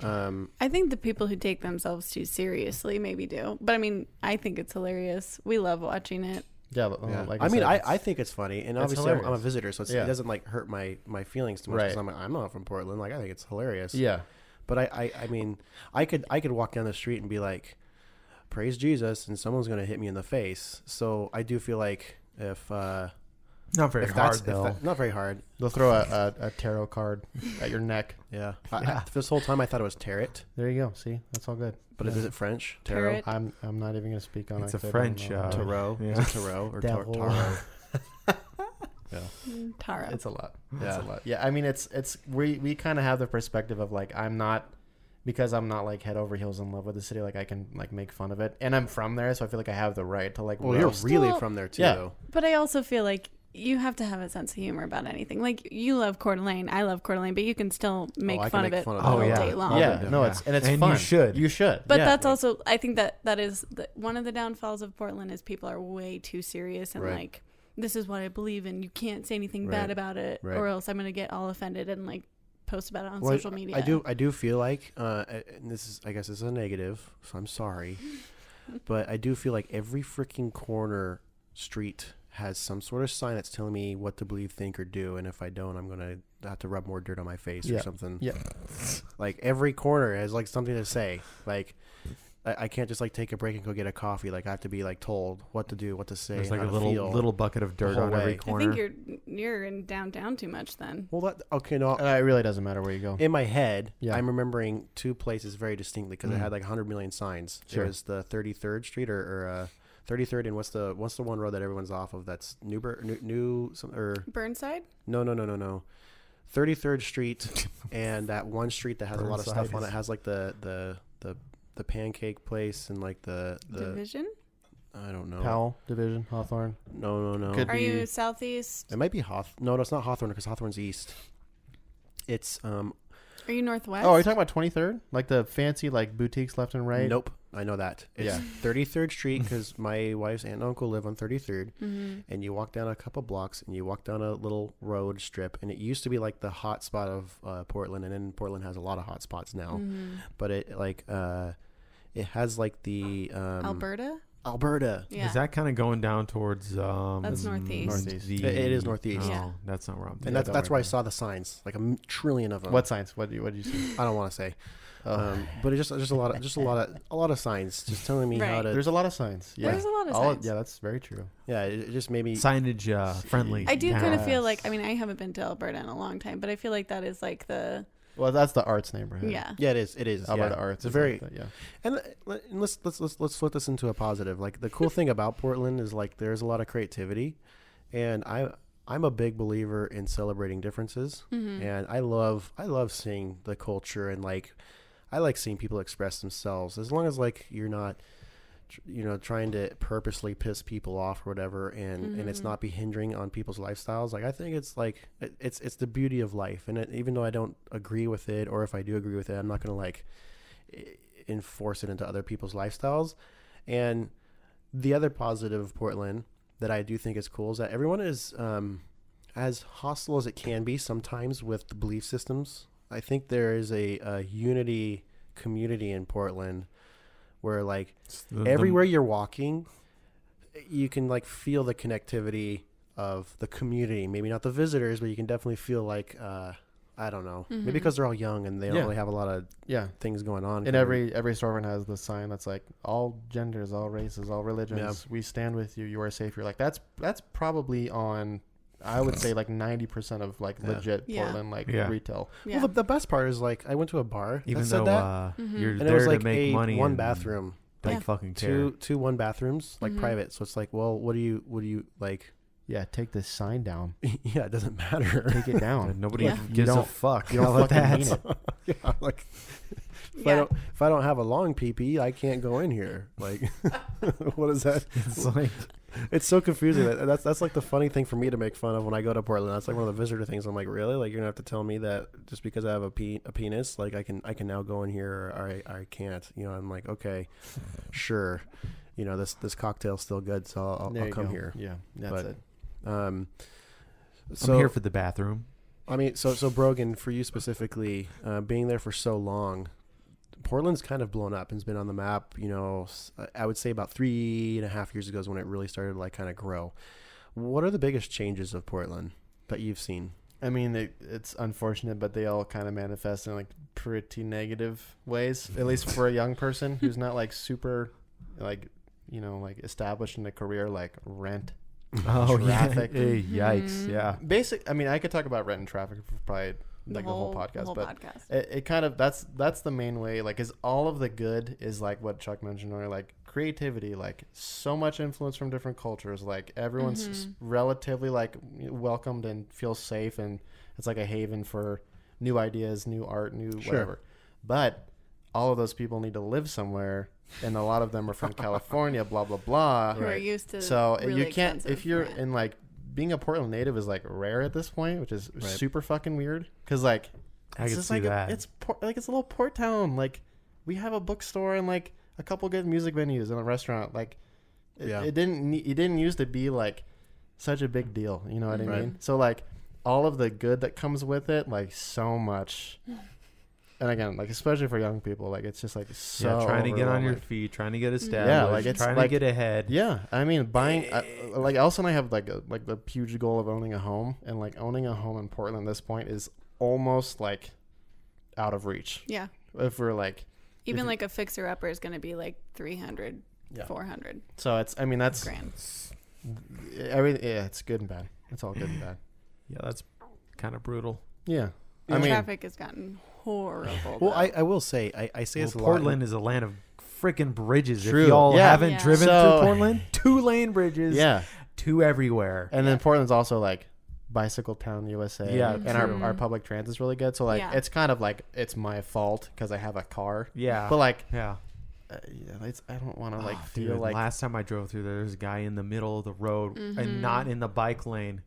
Um, I think the people who take themselves too seriously maybe do. But I mean, I think it's hilarious. We love watching it. Yeah, well, Yeah. like I, mean, said, I, it's- I think it's funny, and obviously I'm, I'm a hilarious. visitor, so it's, it Yeah. doesn't like hurt my my feelings too much. 'cause Right. I'm, I'm not from Portland. Like I think it's hilarious. yeah, But I, I I mean, I could I could walk down the street and be like, praise Jesus, and someone's gonna hit me in the face. So I do feel like if uh, Not very if hard if though. that- not very hard. they'll throw a, a, a tarot card at your neck. Yeah. I, I, this whole time I thought it was tarot, There you go. See, that's all good. but is it French? Tarot. I'm I'm not even gonna speak on It's it. a 'cause I don't French, know. uh, Tarot. Tarot. Yeah. Is it tarot or tar- tarot? Mm, Devil. Tara. It's a lot. It's Yeah. a lot. Yeah, I mean, it's it's we we kind of have the perspective of like I'm not because I'm not like head over heels in love with the city. Like I can like make fun of it, and I'm from there, so I feel like I have the right to like. Well, you're roast- really Still- from there too. Yeah. But I also feel like you have to have a sense of humor about anything. Like you love Coeur d'Alene, I love Coeur d'Alene, but you can still make I can fun of make it fun of all that. Oh, yeah. day long. yeah, no, it's and it's And you fun. should. you should. But yeah. that's also, I think that that is the, one of the downfalls of Portland is people are way too serious and Right. like, this is what I believe in. You can't say anything Right. bad about it, Right. or else I'm gonna get all offended and like post about it on Well, social media. I do I do feel like uh, and this is I guess this is a negative, so I'm sorry. but I do feel like every freaking corner street has some sort of sign that's telling me what to believe, think, or do, and if I don't, I'm gonna have to rub more dirt on my face Yeah. or something. Yeah. Like every corner has like something to say. Like I, I can't just like take a break and go get a coffee. Like I have to be like told what to do, what to say, There's how like a to little feel. little bucket of dirt whole on every way. I I corner. think you're you're in downtown too much then. Well, that okay. No, Uh, it really doesn't matter where you go. in my head, Yeah. I'm remembering two places very distinctly because Mm. I had like 100 million signs. Sure. It was the 33rd Street or, or uh, 33rd and what's the what's the one road that everyone's off of? That's Newber New, New some, or Burnside, no no no no no. 33rd Street and that one street that has a lot of stuff on Burnside's. it has like the the the the pancake place and like the the division. I don't know. Powell Division, Hawthorne. No no no. Could Are you be- southeast? It might be Hawth. No, no, it's not Hawthorne because Hawthorne's east. It's um Are you northwest? Oh, are you talking about Twenty Third? Like the fancy like boutiques left and right. Nope, I know that. It's Yeah. 33rd Street because my wife's aunt and uncle live on 33rd, Mhm. and you walk down a couple blocks and you walk down a little road strip, and it used to be like the hot spot of uh, Portland, and then Portland has a lot of hot spots now, Mhm. but it like uh, it has like the um, Alberta. Alberta. Yeah. Is that kind of going down towards? Um, That's northeast. Northeast. the- It- it is northeast. Oh, Yeah. that's not where I'm. And thinking. that's that's where I worry. saw the signs, like a m- trillion of them. What signs? What do you, what do you see? I don't want to say, um, but it just just a lot of just a lot of a lot of signs, just telling me how Right. to. There's a lot of signs. Yeah. There's a lot of All- signs. yeah, that's very true. yeah, it, it just made me. signage uh, friendly. I do kind of feel like Yes. I mean I haven't been to Alberta in a long time, but I feel like that is like the Well, that's the arts neighborhood. yeah. Yeah, it is. It is. Alberta yeah. Arts. It's a is very like that, yeah. And uh, let- and let's let's let's let's flip this into a positive. Like the cool thing about Portland is like there's a lot of creativity, and I I'm a big believer in celebrating differences, and I love I love seeing the culture and like I like seeing people express themselves as long as like you're not tr- you know trying to purposely piss people off or whatever and and it's not be hindering on people's lifestyles like i think it's like it, it's it's the beauty of life and it, even though i don't agree with it or if i do agree with it i'm not going to like i- enforce it into other people's lifestyles and the other positive of portland that i do think is cool is that everyone is um as hostile as it can be sometimes with the belief systems i think there is a, a unity community in portland where like It's the- the- everywhere you're walking you can like feel the connectivity of the community maybe not the visitors but you can definitely feel like uh i don't know maybe because they're all young and they don't Yeah. really have a lot of Yeah. things going on And every every storefront has the sign that's like all genders, all races, all religions. We stand with you. You are safe. You're like that's that's probably on. I would say like ninety percent of like legit Yeah. Portland like Yeah. retail. Yeah. well the, the best part is like i went to a bar even that said though that uh, Mhm. you're and there it was like to make a money, one and bathroom Don't Yeah. fucking care. two two one bathrooms like Mhm. private so it's like well what do you what do you like Yeah, take this sign down. yeah it doesn't matter Take it And down. Nobody Yeah. You gives a don't- fuck. you don't about fucking that. mean it. yeah like if i Yeah. don't if i don't have a long pp i can't go in here like what is that It's like it's so confusing that that's that's like the funny thing for me to make fun of when i go to portland that's like one of the visitor things i'm like really like you're gonna have to tell me that just because i have a, pe- a penis like i can i can now go in here or i i can't you know i'm like okay sure you know this this cocktail's still good so i'll, I'll, There I'll you come go. here Yeah, that's But- it. um I'm so here for the bathroom. i mean so so brogan for you specifically uh being there for so long portland's kind of blown up and's been on the map you know s- i would say about three and a half years ago is when it really started to like kind of grow what are the biggest changes of portland that you've seen I mean, it, it's unfortunate, but they all kind of manifest in like pretty negative ways. At least for a young person who's not like super, like you know, like established in a career like rent. Oh Traffic. yeah. Hey, Mm-hmm. yikes. Yeah. Basic. I mean, I could talk about rent and traffic for probably like the whole, podcast, whole but podcast. It, it kind of that's that's the main way. Like, is all of the good is like what Chuck mentioned earlier, like creativity, like so much influence from different cultures. Like everyone's s- relatively like welcomed and feels safe, and it's like a haven for new ideas, new art, new whatever. But all of those people need to live somewhere, and a lot of them are from California. Blah blah blah. Who are used to So really you can't if expensive you're rent. in like being a Portland native is like rare at this point, which is super fucking weird. Because like, I it's can just see like that. A, it's por- like it's a little port town. Like we have a bookstore and like a couple good music venues and a restaurant. Like it, Yeah. it didn't ne- it didn't used to be like such a big deal. You know what I mean? So like all of the good that comes with it, like so much. And again, like especially for young people, like it's just like so yeah, trying to get on your overwhelming. feet, trying to get established, Yeah, like, it's trying like- to get ahead. Yeah, I mean, buying I, like Elsa and I have like a, like the huge goal of owning a home, and like owning a home in Portland at this point is almost like out of reach. Yeah. If we're like, Even you- like a fixer upper is going to be like 300, 400 so it's I mean that's grand. everything. Yeah, it's good and bad. It's all good and bad. Yeah, that's kind of brutal. Yeah, I The mean, traffic has gotten horrible. Well, though. I, I will say I, I say Well, it's a lot. Portland is a land of freaking bridges. True. If y'all Yeah. haven't Yeah. driven So- through Portland, two lane bridges, yeah, two everywhere. and then Portland's also like bicycle town USA. Yeah, and our, our public transit's really good. So like, Yeah. it's kind of like it's my fault because I have a car. Yeah, But like, yeah. uh, yeah, it's, I don't want to like Oh, feel dude, like last time I drove through there, there's a guy in the middle of the road and not in the bike lane.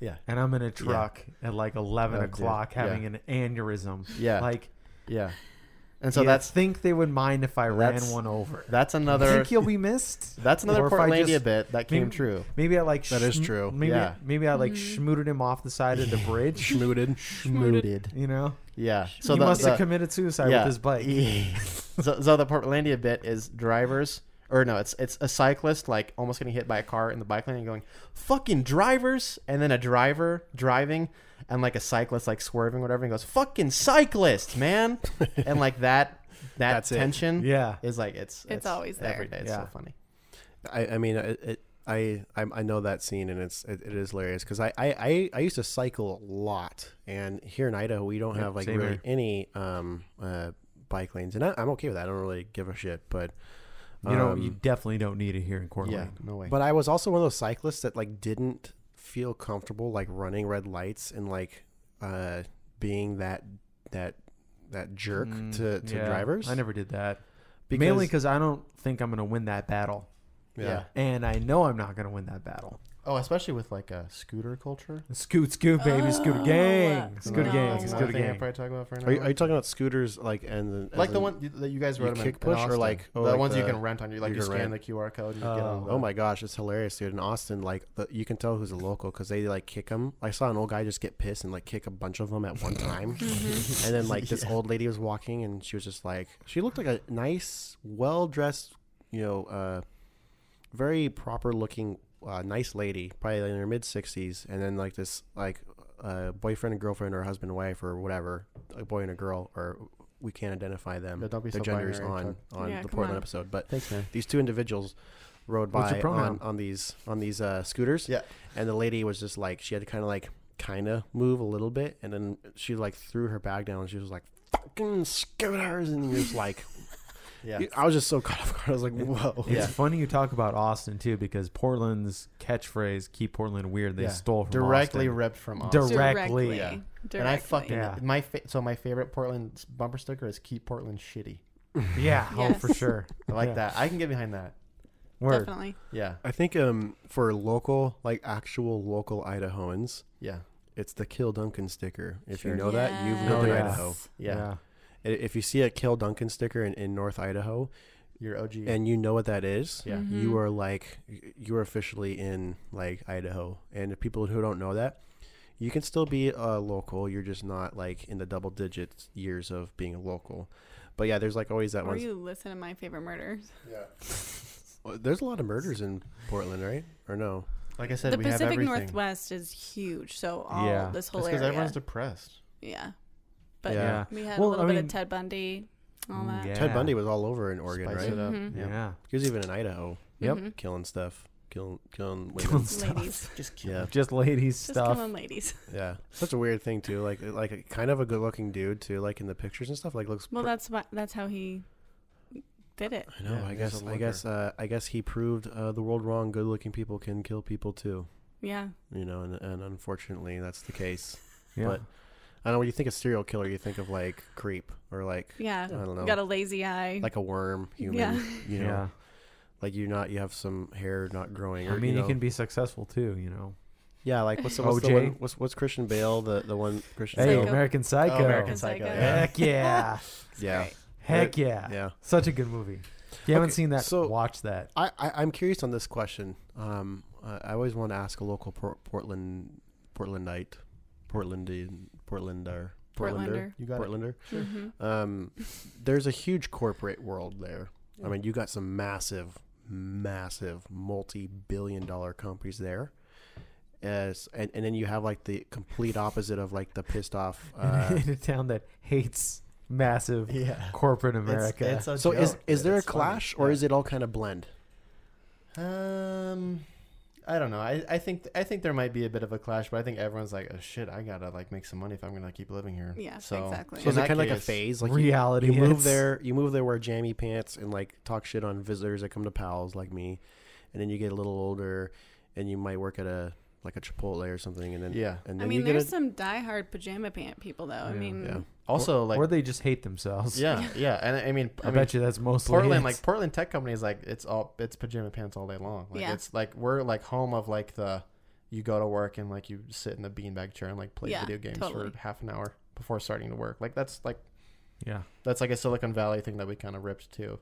Yeah. and I'm in a truck at like 11 Oh, dude. o'clock Yeah. having an aneurysm. Yeah. like yeah. And so so you that's that's think they would mind if I ran That's- one over. that's I another think you'll be missed. That's another Or if I Portlandia just- bit that maybe- came true. Maybe I like That is schm- true. Maybe Yeah. maybe I like schmooted him off the side of the bridge. schmooted. Schmooted. you know, Yeah. So he the, must the, have committed suicide with his bike. so, so the Portlandia bit is drivers or no, it's it's a cyclist like almost getting hit by a car in the bike lane and going fucking drivers, and then a driver driving and like a cyclist like swerving whatever and goes fucking cyclist man, and like that that That's it. tension Yeah. is like it's It's always there. every day. It's Yeah. so funny. I, I mean, it, it, I, I I know that scene and it's it, it is hilarious because I, I, I, I used to cycle a lot and here in Idaho we don't Yeah, have like same really here. any um uh bike lanes and I, I'm okay with that. I don't really give a shit, but You know, um, you definitely don't need it here in Cortland. Yeah, no way. But I was also one of those cyclists that like didn't feel comfortable like running red lights and like uh being that that that jerk Mm, to, to yeah. drivers. I never did that. because, Mainly because I don't think I'm going to win that battle, yeah. yeah. and I know I'm not going to win that battle. Oh, especially with like a scooter culture. Scoot, scoot, baby, scoot Oh, gang, scoot no. gang, Another scoot thing I gang. probably talk about for an Are you, hour. are you talking about scooters like and like the one. one you- that you guys you wrote about kick in push or Austin. like- the oh, like ones you the- can rent on you like you you can scan rent. the QR code and you get Oh. on the, Oh my gosh, it's hilarious, dude! In Austin, like the, you can tell who's a local because they like kick them. I saw an old guy just get pissed and like kick a bunch of them at one time, Mm-hmm. and then like this old lady was walking and she was just like she looked like a nice, well dressed, you know, uh, very proper looking, uh, nice lady, probably in her mid sixties, and then like this like uh, boyfriend and girlfriend or husband and wife or whatever, a boy and a girl or. We can't identify them. Yeah, don't be Their so genders binary, on on Yeah, the come Portland on. episode, but Thanks, man. these two individuals rode What's by your pronoun? on, on these on these uh, scooters. Yeah. And the lady was just like she had to kind of like kind of move a little bit, and then she like threw her bag down. and She was like fucking scooters, and it was like Yeah. I was just so caught off guard. I was like, whoa. It's funny you talk about Austin too, because Portland's catchphrase "Keep Portland Weird" they Yeah. stole from directly Austin. ripped from Austin. Direct- Directly. Directly. Yeah. Directly. and I fucking Yeah. my fa- so my favorite Portland bumper sticker is "Keep Portland Shitty." yeah, oh for Yes. sure. I like Yeah. that. I can get behind that. Word. Definitely. Yeah, I think um for local like actual local Idahoans. yeah, It's the Kill Duncan sticker. If Sure. you know that, you've lived Oh, in yeah. Idaho. yeah. I- If you see a Kill Duncan sticker in, in North Idaho, Your OG. and you know what that is, Yeah. mm-hmm. Mm-hmm. you are like you are officially in like Idaho. And the people who don't know that, you can still be a local. You're just not like in the double digits years of being a local. But yeah, there's like always that Or one. you listen to My Favorite Murders. There's a lot of murders in Portland, right? Or no? like I said, the we have Pacific everything. Northwest is huge, so all Yeah. this That's whole because area. everyone's depressed. yeah, but Yeah. we had Well, a little I bit mean- Mm, of Ted Bundy, all that. Yeah. Ted Bundy was all over in Oregon, Spice right? it up. Mhm. Yeah. Yeah. He was even in Idaho, Yep. Mhm. killing stuff, killing killing Mm-hmm. Killing women. stuff. Ladies, Just kill. yeah, Just ladies just stuff. come on, ladies. yeah. Such a weird thing too. Like like a, kind of a good looking dude too. Like in the pictures and stuff. Like looks Well, pr- that's why. That's how he did it. I know. Yeah, I he was guess. a I guess. Uh, I guess he proved uh, the world wrong. Good-looking people can kill people too. Yeah, You know, and, and unfortunately, that's the case. yeah. But I don't know. When you think of serial killer, you think of like creep or like yeah. I don't know, Got a lazy eye. like a worm human. Yeah. You know, yeah. like you not you have some hair not growing. I or, mean, you, you, know, can be successful too. You know. Yeah, like what's the, what's the OJ? one? What's what's Christian Bale? The the one Christian Hey, Psycho. Bale. American Psycho. Oh, American It's like Psycho. a- Yeah. Heck yeah. Yeah, Heck yeah. yeah. Such a good movie. If you haven't Okay, seen that, so- watch that. I, I I'm curious on this question. Um, I, I always want to ask a local Por- Portland Portlandite, Portlandian, Portlander, Portlander, Portlander. You got it. Portlander. Mhm. Um, there's a huge corporate world there. I mean, you got some massive, massive multi-billion-dollar companies there. As, and, and then you have like the complete opposite of like the pissed off. Uh, in a town that hates massive Yeah. corporate America. It's, it's a so is joke, is but there a it's funny. clash or is it all kind of blend? Um, I don't know. I, I think I think there might be a bit of a clash, but I think everyone's like, oh shit, I gotta like make some money if I'm gonna keep living here. Yeah, exactly. So In is it kind of like a phase? phase? Like you- reality. you move hits. there you move there wear jammy pants and like talk shit on visitors that come to pals like me and then you get a little older and you might work at a like a chipotle or something and then Yeah. and I then mean, you get there's a, some diehard pajama pant people, though. I Yeah. mean, yeah Also, like, or they just hate themselves. yeah, yeah, and I mean, I, I, mean, bet you that's mostly Portland, it. like Portland tech companies, like it's all it's pajama pants all day long. Like Yeah. it's like we're like home of like the you go to work and like you sit in the beanbag chair and like play Yeah, video games totally. for half an hour before starting to work. Like that's like yeah. that's like a Silicon Valley thing that we kind of ripped too.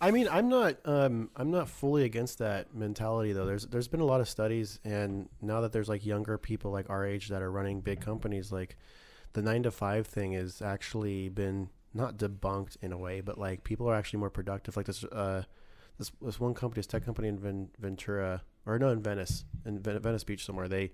I mean, I'm not um, I'm not fully against that mentality though. There's there's been a lot of studies, and now that there's like younger people like our age that are running big companies, like the nine to five thing has actually been not debunked in a way, but like people are actually more productive. Like this uh, this this one company, this tech company in Ven- Ventura or no in Venice in Ven- Venice Beach somewhere, they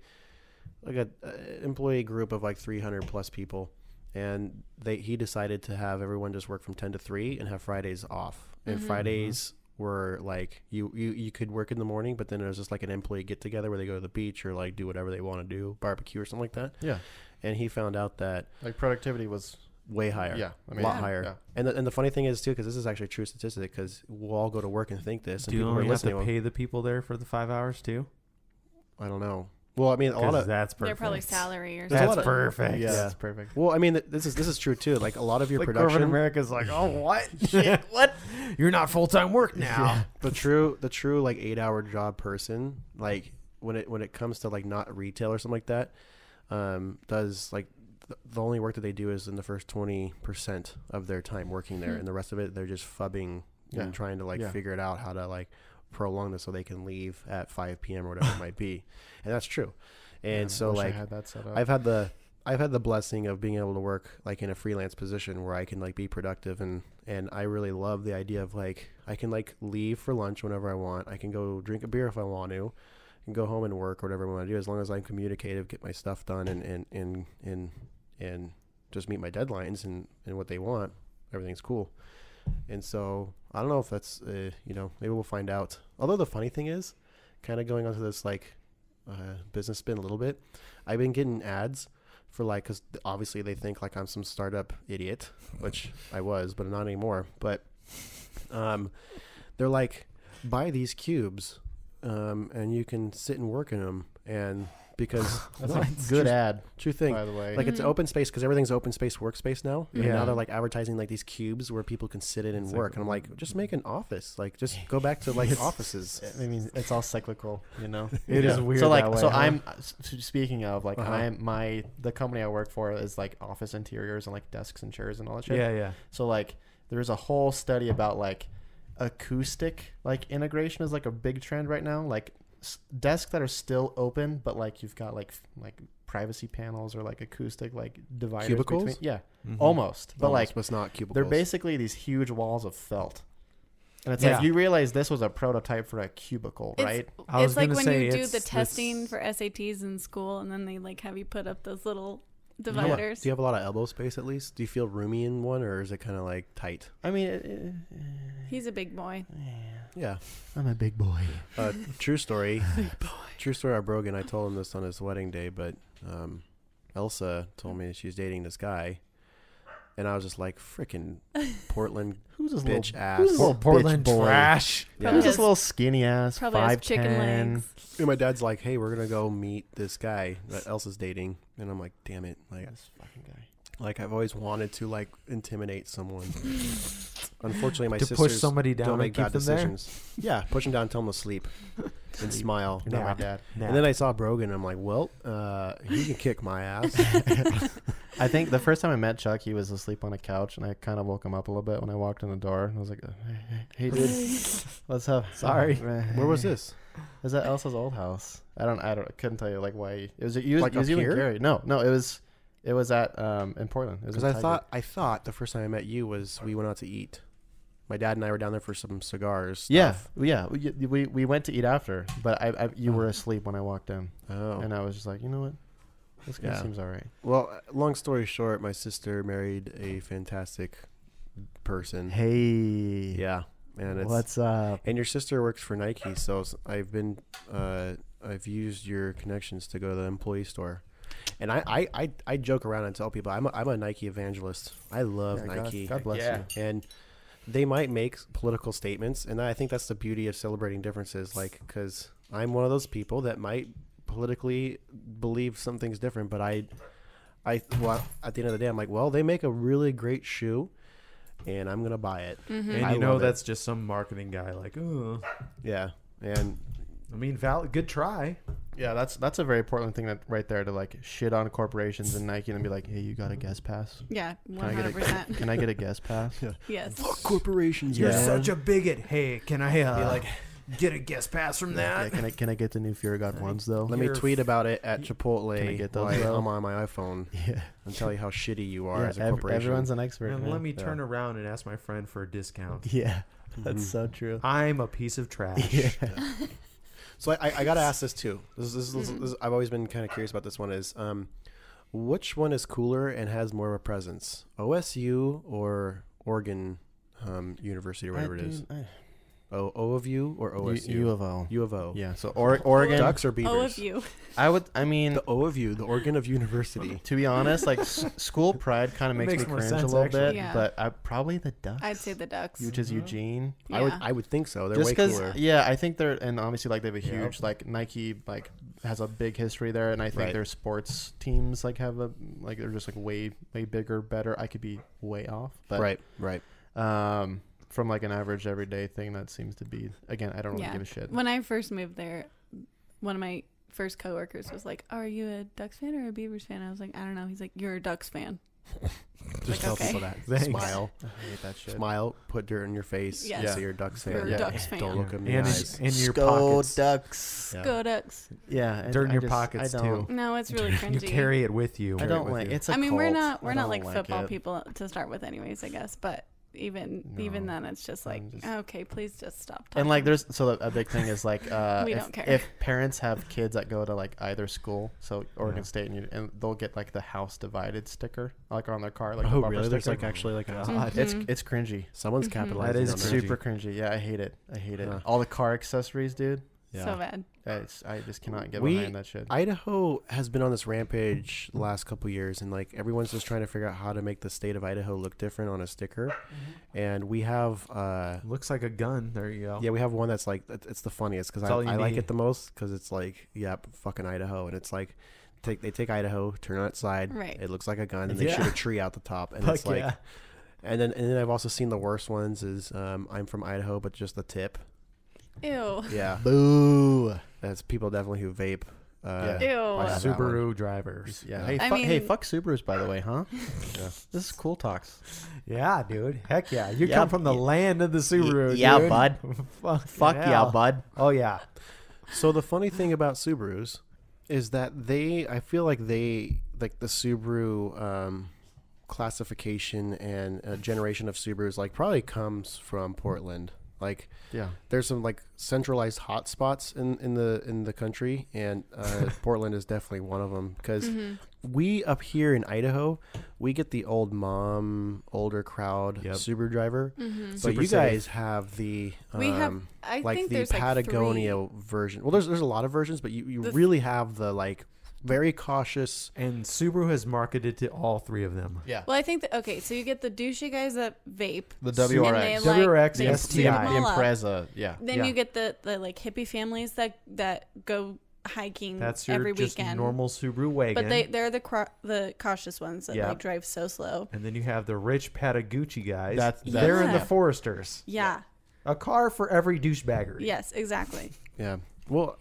like a uh, employee group of like 300 plus people and they he decided to have everyone just work from 10 to 3 and have Fridays off. And Fridays were like you, you you could work in the morning, but then there was just like an employee get together where they go to the beach or like do whatever they want to do, barbecue or something like that. Yeah, And he found out that like productivity was way higher. Yeah, I a mean, lot yeah, higher. yeah. And the, and the funny thing is too, because this is actually a true statistic, because we'll all go to work and think this, and Do you people are only have listening. to will- pay the people there for the five hours too? I don't know. Well, I mean, a lot Because of that's perfect. they're probably salary or There's a lot That's of- something. perfect. yeah, Yeah. that's perfect. well, I mean, th- this is this is true too. Like a lot of your Like corporate production, America's like, oh what? Shit, what? You're not full time work now. the true the true like eight hour job person like when it when it comes to like not retail or something like that um does like th- the only work that they do is in the first 20% of their time working there and the rest of it they're just fubbing Yeah. and trying to like Yeah. figure it out how to like prolong this so they can leave at 5 p.m or whatever it might be and that's true and Man, I so wish I like had that set up. I've had the I've had the blessing of being able to work like in a freelance position where I can like be productive and and I really love the idea of like I can like leave for lunch whenever I want. I can go drink a beer if I want to and go home and work or whatever I want to do as long as I'm communicative, get my stuff done and and and and, and just meet my deadlines and and what they want. Everything's cool. And so I don't know if that's uh, you know maybe we'll find out. Although the funny thing is, kind of going onto this like uh, business spin a little bit, I've been getting ads for like because obviously they think like I'm some startup idiot, which I was, but not anymore. But um, they're like buy these cubes, um, and you can sit and work in them, and because that's a good ad, true thing. by the way. Like it's Mhm. open space because everything's open space workspace now. And Yeah. now they're like advertising like these cubes where people can sit in and It's like- work. and I'm like, just make an office. Like just go back to like It's- offices. I mean, it's all cyclical, you know. It It is is weird So like, that way, so huh? I'm s- speaking of like, Uh-huh. I'm my the company I work for is like office interiors and like desks and chairs and all that shit. yeah, yeah. So like, there's a whole study about like acoustic like integration is like a big trend right now. Like s- desks that are still open, but like you've got like f- like privacy panels or like acoustic like dividers. Cubicles? Between, yeah, almost. But like it's not cubicles. they're basically these huge walls of felt. And it's Yeah. like you realize this was a prototype for a cubicle, It's, right? I was it's like gonna when say you do it's- the it's- testing for SATs in school, and then they like have you put up those little Do you have a- dividers. Do you have a lot of elbow space at least? Do you feel roomy in one, or is it kind of like tight? I mean, it, it, He's a big boy. Yeah. I'm a big boy. Uh, true story. True story. About Brogan. I told him this on his wedding day, but um, Elsa told me she's dating this guy, and I was just like, "Freaking Portland Who's this bitch little? ass." who's this little Portland bitch boy? trash. Yeah. Who's Probably this has- little skinny ass? Probably has chicken legs. And my dad's like, "Hey, we're gonna go meet this guy that Elsa's dating," and I'm like, "Damn it!" Like, This fucking guy. like I've always wanted to like intimidate someone. Unfortunately, my to sisters push somebody down don't and make keep bad them there. decisions. Yeah, push them down, tell them to sleep. and smile. Not my Nap. dad. Nap. And then I saw Brogan. I'm like, well, uh, he can kick my ass. I think the first time I met Chuck, he was asleep on a couch, and I kind of woke him up a little bit when I walked in the door. And I was like, "Hey, dude, let's have." Sorry. Where was this? Is that Elsa's old house? I don't. I don't. I couldn't tell you like why. It was. You, Like it was up you here? and Gary. No, no. It was. It was at um in Portland. It was Because in I Tigard. thought I thought the first time I met you was we went out to eat. My dad and I were down there for some cigars. Yeah, yeah. We, we we went to eat after, but I, I you were asleep when I walked in, Oh. and I was just like, you know what, this guy Yeah. seems alright. Well, uh, long story short, my sister married a fantastic person. Hey, Yeah, and it's what's up? and your sister works for Nike, so s- I've been uh, I've used your connections to go to the employee store. And I, I, I, I joke around and tell people I'm a, I'm a Nike evangelist. I love Yeah, God- Nike. God bless Yeah. you. and they might make political statements and i think that's the beauty of celebrating differences like because i'm one of those people that might politically believe something's different but i i well at the end of the day i'm like well they make a really great shoe and i'm gonna buy it And I you know love it. that's just some marketing guy. Like, oh, yeah and I mean, valid, good try. Yeah, that's that's a very Portland thing that right there to like shit on corporations and Nike and be like, hey, you got a guest pass? Yeah, Can one I hundred get a percent. Can I get a guest pass? yeah. Yes. corporations You're Yeah. such a bigot. Hey, can I uh, like get a guest pass from yeah. that? Can I can I get the new Fury God ones though? let me You're- tweet about it at chipotle Can I get those, while bro? i'm on my iphone Yeah. and tell you how shitty you are Yeah, as a ev- corporation everyone's an expert. And man. let me turn around and ask my friend for a discount. Yeah, that's so true. I'm a piece of trash. So I, I, I got to ask this too. This, is- this, is- Mm-hmm. this, is- I've always been kind of curious about this one. Is um, which one is cooler and has more of a presence, OSU or Oregon um, University or whatever it is? O, o of U or U, OSU? U of O. U of O. Yeah. So or, Oregon. Ducks or Oh, Beavers? of you. I would. I mean, The O of U, the Oregon of University. to be honest, like s- school pride kind of makes, makes me more cringe sense, a little actually. bit, Yeah. but I, probably the Ducks. I'd say the ducks. mm-hmm. which is Eugene. yeah. I would I would think so. They're Just way because, cooler. yeah, I think they're and obviously like they have a huge like Nike like has a big history there, and I think Right. their sports teams like have a like they're just like way way bigger, better. I could be way off, but Right, right. um, from like an average everyday thing, that seems to be again. I don't really yeah. give a shit. When I first moved there, one of my first coworkers was like, "Are you a Ducks fan or a Beavers fan?" I was like, "I don't know." He's like, "You're a Ducks fan." Just Like, tell okay. people that. Smile, I hate that shit. smile. Put dirt in your face. Yes. Yeah. Yeah. So you're a Ducks You're fan. a Yeah. Ducks fan. Don't look 'em in And the it's eyes. in your Skull pockets. Ducks. Yeah. Go Ducks. Yeah, and Dirt in I your just- pockets, I don't, No, it's really cringy. You carry it with you. I don't like. it. It's. I I mean, we're not we're I not don't like, football it. people to start with, anyways. I guess, but even even No. then, it's just like, I'm just- okay, please just stop. Talking. And like, there's so a big thing is like, uh, We if, don't care. if parents have kids that go to like either school, so Oregon State, and, you, and they'll get like the house divided sticker like on their car, like the Oh, bumper really? There's sticker. like actually like a it's Mm-hmm. it's cringy. Someone's capitalizing. That is on It's Cringy. super cringy. Yeah, I hate it. I hate it. Huh. All the car accessories, dude. so bad. It's, I just cannot get We- behind that shit. Idaho has been on this rampage the last couple years, and like everyone's just trying to figure out how to make the state of Idaho look different on a sticker. Mm-hmm. And we have, uh, Looks like a gun. There you go. yeah, we have one that's like it- it's the funniest because It's all you I, I like need. it the most because it's like, yep, fucking Idaho, and it's like. Take, they take Idaho, turn it outside. Right. It looks like a gun, and they Yeah. shoot a tree out the top, and Fuck it's like, yeah. and then and then I've also seen the worst ones is um, I'm from Idaho, but just the tip. Ew. Yeah, Boo. that's people definitely who vape. Uh, Ew. Yeah, that Subaru drivers. Yeah. Hey, I fu- hey, mean- fuck Subarus, by the way, huh? This is cool talks. Yeah, dude. Heck yeah. You Yeah, come from the yeah. land of the Subaru. yeah, dude. bud. Fuck, Fuck yeah, bud. Oh yeah. So the funny thing about Subarus is that they, I feel like they, like the Subaru um, classification and uh, generation of Subarus, like probably comes from Portland. Like Yeah. there's some like centralized hotspots in in the in the country, and uh, Portland is definitely one of them because Mm-hmm. we up here in Idaho, we get the old mom, older crowd Yep. Subaru driver, but you safe. guys have the um, Mm-hmm. We have- I like think the there's, like, Patagonia version. Well, there's there's a lot of versions, but you, you The- really have the like very cautious. And Subaru has marketed to all three of them. Yeah. Well, I think that okay. So you get the douchey guys that vape. The And they WRX. like WRX, they the scoop STI. them The all up. Impreza. Yeah. Then Yeah. you get the, the like hippie families that that go hiking That's your Mm, every just weekend. normal Subaru wagon. but they they're the cro- the cautious ones that Yeah. like drive so slow. and then you have the rich Patagucci guys. That's- that's- They're in the Yeah. Foresters. Yeah. A car for every douchebaggery. Yes. Exactly. Yeah, Well,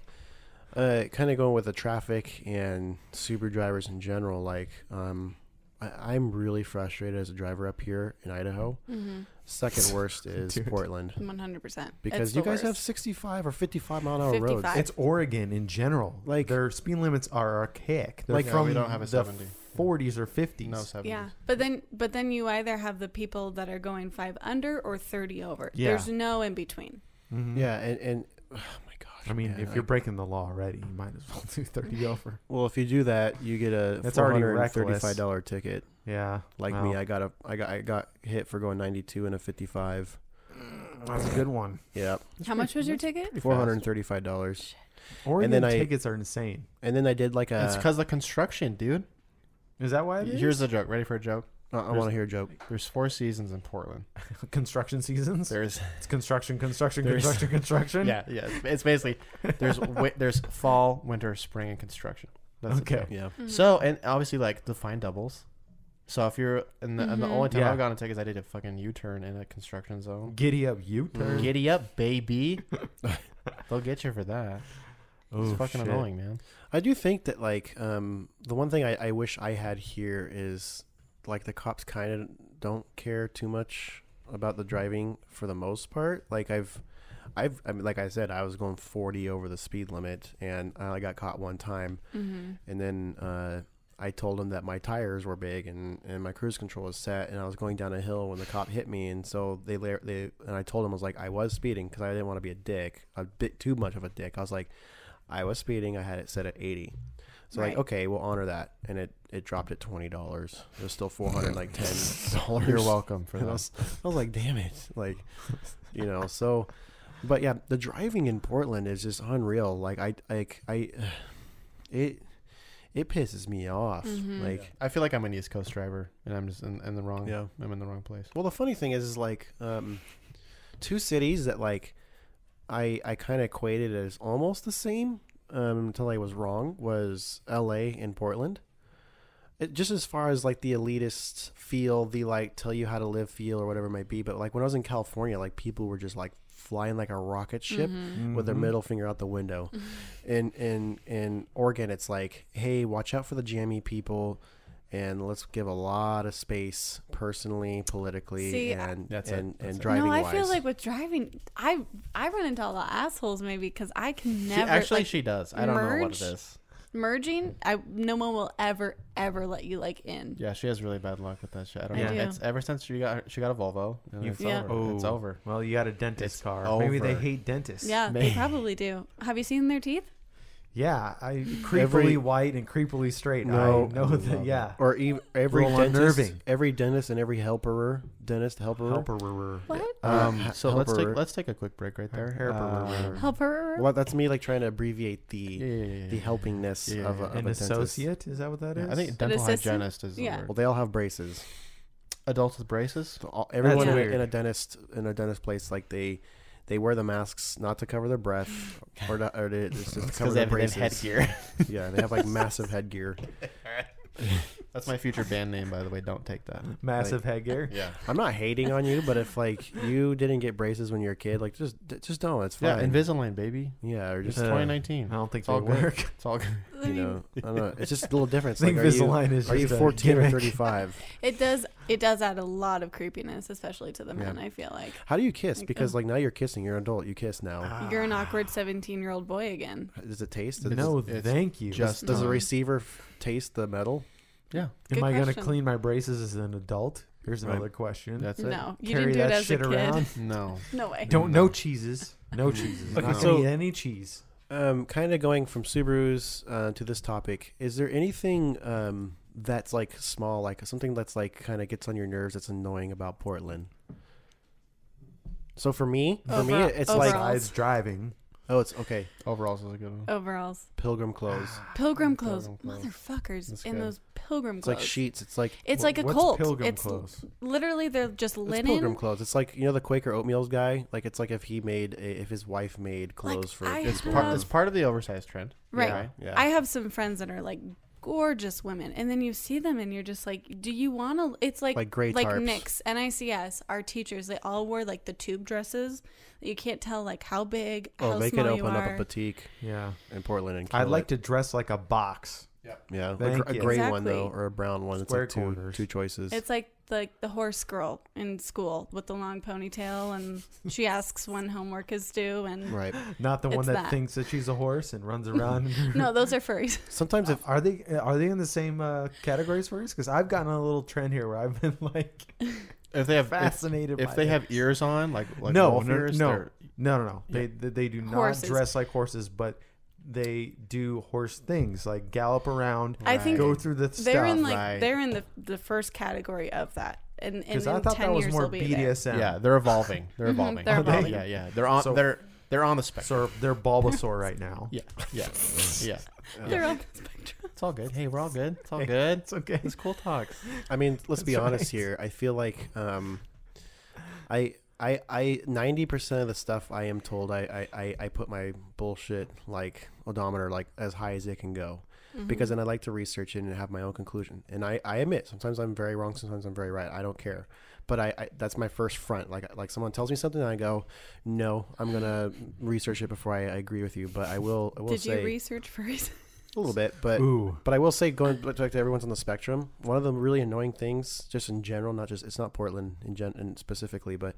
uh, kind of going with the traffic and Subaru drivers in general. Like, um, I, I'm really frustrated as a driver up here in Idaho. Mm-hmm. Second worst is Portland One hundred percent. because you guys have 65 or 55 mile an hour roads. 55. It's Oregon in general. Like Like- their speed limits are archaic. They're Like, from Yeah, we don't have a 70. Forties or fifties. No, seven. yeah, but then but then you either have the people that are going five under or thirty over. Yeah. There's no in between. Yeah, and, and oh my gosh. Mm-hmm. I mean, man, if like- you're breaking the law already, you might as well do thirty over. well, if you do that, you get a That's already $435 dollar ticket. Yeah, Like well, me, I got a I got I got hit for going 92 and a 55. that's a good one. Yeah, How much was your ticket? $435. Oregon then I- tickets are insane. And then I did like it's a because the construction, dude. Is that why it is? Here's the joke. Ready for a joke? I I want to hear a joke. There's four seasons in Portland. construction seasons? There's it's construction, construction, There's- construction, construction. yeah, yeah. It's, it's basically there's wi- there's fall, winter, spring, and construction. That's the Okay. joke. Yeah. Mm. So and obviously like defined doubles. So if you're and the, and the only time Yeah. I've gotten tickets, I did a fucking U-turn in a construction zone. Giddy up, you Mm. turn. Giddy up, baby. They'll get you for that. It's Oh, fucking shit. annoying, man. I do think that like um the one thing I, I wish I had here is like the cops kind of don't care too much about the driving for the most part. Like I've I've I mean, like I said I was going 40 over the speed limit and I only got caught one time Mm-hmm. and then uh I told him that my tires were big and, and my cruise control was set, and I was going down a hill when the cop hit me, and so they la- they and I told him I was like I was speeding because I didn't want to be a dick, a bit too much of a dick. I was like, I was speeding. I had it set at eighty, so like Right. okay, we'll honor that, and it it dropped at twenty dollars. It was still four hundred like ten dollars. You're welcome for And I was, I was like, damn it, like you know. So, but yeah, the driving in Portland is just unreal. Like I like I, it it pisses me off. Like. um, I feel like I'm an East Coast driver, and I'm just in, in the wrong. Yeah. I'm in the wrong place. Well, the funny thing is, is like um, two cities that like I I kind of equated as almost the same um, until I was wrong was L.A. and Portland. It, just as far as like the elitist feel, the like tell you how to live feel or whatever it might be. But like when I was in California, like people were just like flying like a rocket ship Mm-hmm. Mm-hmm. with their middle finger out the window. in in in Oregon, it's like, hey, watch out for the jammy people. And let's give a lot of space, personally, politically, See, I- and That's it. and, That's and it. driving no, I wise. feel like with driving, I I run into all the assholes maybe because I can She, never actually, like, she does. I don't know what merge? it is. merging. I no one will ever ever let you like in. Yeah, she has really bad luck with that shit. I don't I know. do. It's ever since she got her, she got a Volvo. and You it's, Yeah. over. Oh, it's over. Well, you got a dentist It's car. Maybe they over. hate dentists. Yeah, they Man. probably do. Have you seen their teeth? Yeah, I creepily Every- white and creepily straight. No. I know that. Yeah. or even every Real dentist, unnerving. every dentist, and every helperer, dentist helperer. Helper. What? Um, Uh, so let's helper. take let's take a quick break right there. Hair- hair Uh, perver- Helper? Well, that's me like trying to abbreviate the yeah, yeah, yeah, yeah, the yeah. helpingness Yeah, yeah, of, a, yeah. of An a dentist. associate? Is that what that is? Yeah, I think dental assistant? hygienist is the Yeah. Well, word. they all have braces. Adults with braces. So all- everyone in a, weird. in a dentist in a dentist place like they they wear the masks not to cover their breath or, to, or to, it's just to cover their Because they have, they have braces. headgear. Yeah, they have like massive headgear. That's my future band name, by the way. Don't take that. massive headgear. Yeah. I'm not hating on you, but if like you didn't get braces when you were a kid, like just just don't. It's Yeah, fine. Invisalign, baby. yeah, or It's just Uh, 2019. I don't think It's all they good. work. It's all good. I you mean, know, I don't know. It's just a little difference. I think Like, are you, Invisalign is are you just a 14 or gimmick. 35? it does it does add a lot of creepiness, especially to the men. I feel like How do you kiss? Like, Because uh, um, like now you're kissing. You're an adult. You kiss now. you're an awkward seventeen year old boy again. Does it taste? Does, No, it's thank you. Just does the tongue. receiver f- taste the metal? Yeah. Am Good I going to question. clean my braces as an adult? Here's Right. another question. That's no, you Carry didn't do it that as a shit kid. around. it. No. No way. Don't no cheeses. No cheeses. Okay, Not so- gonna eat any cheese. Um, kind of going from Subarus uh, to this topic. Is there anything um that's like small, like something that's like kind of gets on your nerves that's annoying about Portland? So for me, for me, Overall- it's like overall. Besides driving. oh, it's okay. Overalls is a good one. Overalls, Pilgrim clothes. pilgrim clothes, Pilgrim clothes. motherfuckers That's in good. those pilgrim It's clothes. like Uh, sheets. It's like It's Wha- like a what's cult. pilgrim it's l- clothes? literally they're just It's pilgrim linen. clothes. It's like you know the Quaker oatmeals guy. Like it's like if he made if his wife made clothes for Like, I his have- Part, wife. it's part of the oversized trend. Uh, Right. Yeah. Yeah. I have some friends that are like gorgeous women, and then you see them, and you're just like, do you want to? It's like Like gray like tarps. Nick's NICS. Our teachers, they all wore like the tube dresses. You can't tell like how big, Oh, how they small could you open are. up a boutique Yeah. in Portland and kill I'd like it. to dress like a box. yeah, a, Thank gr- a you. gray one though, Exactly. or a brown one. Square it's like two, corners. two choices. It's like the the horse girl in school with the long ponytail, and she asks when homework is due, and right. Not the one It's that, that. thinks that she's a horse and runs around. Uh, no, those are furries. Sometimes if are they are they in the same uh, categories for us? Because I've gotten on a little trend here where I've been like If they have fascinated. if, by if they that. have ears on, like like no, wolf no, ears, no, they're- no, no, no. They they, they do not Horses. dress like horses, but they do horse things like gallop around. I think go through the stuff. They're in like right. they're in the the first category of that, and, and because in I thought ten that was years more they'll be there. BDSM. yeah, they're evolving. They're Mm-hmm. evolving. they're Are they? evolving. Yeah, yeah. They're on. So- they're they're on the spectrum. So they're Bulbasaur right now. yeah, yeah, yeah. They're on the spectrum. It's all good. Hey, we're all good. It's all good. It's okay. It's cool talks. I mean, let's be That's honest right. here. I feel like um, I I I ninety percent of the stuff I am told I, I I I put my bullshit like odometer like as high as it can go. Because then I like to research it and have my own conclusion, and I, I admit sometimes I'm very wrong, sometimes I'm very right. I don't care, but I, I that's my first front. Like like someone tells me something, and I go, no, I'm gonna research it before I, I agree with you. But I will I will Did say you research furries? a little bit, but Ooh. but I will say, going back to everyone's on the spectrum, one of the really annoying things, just in general, not just it's not Portland in gen and specifically, but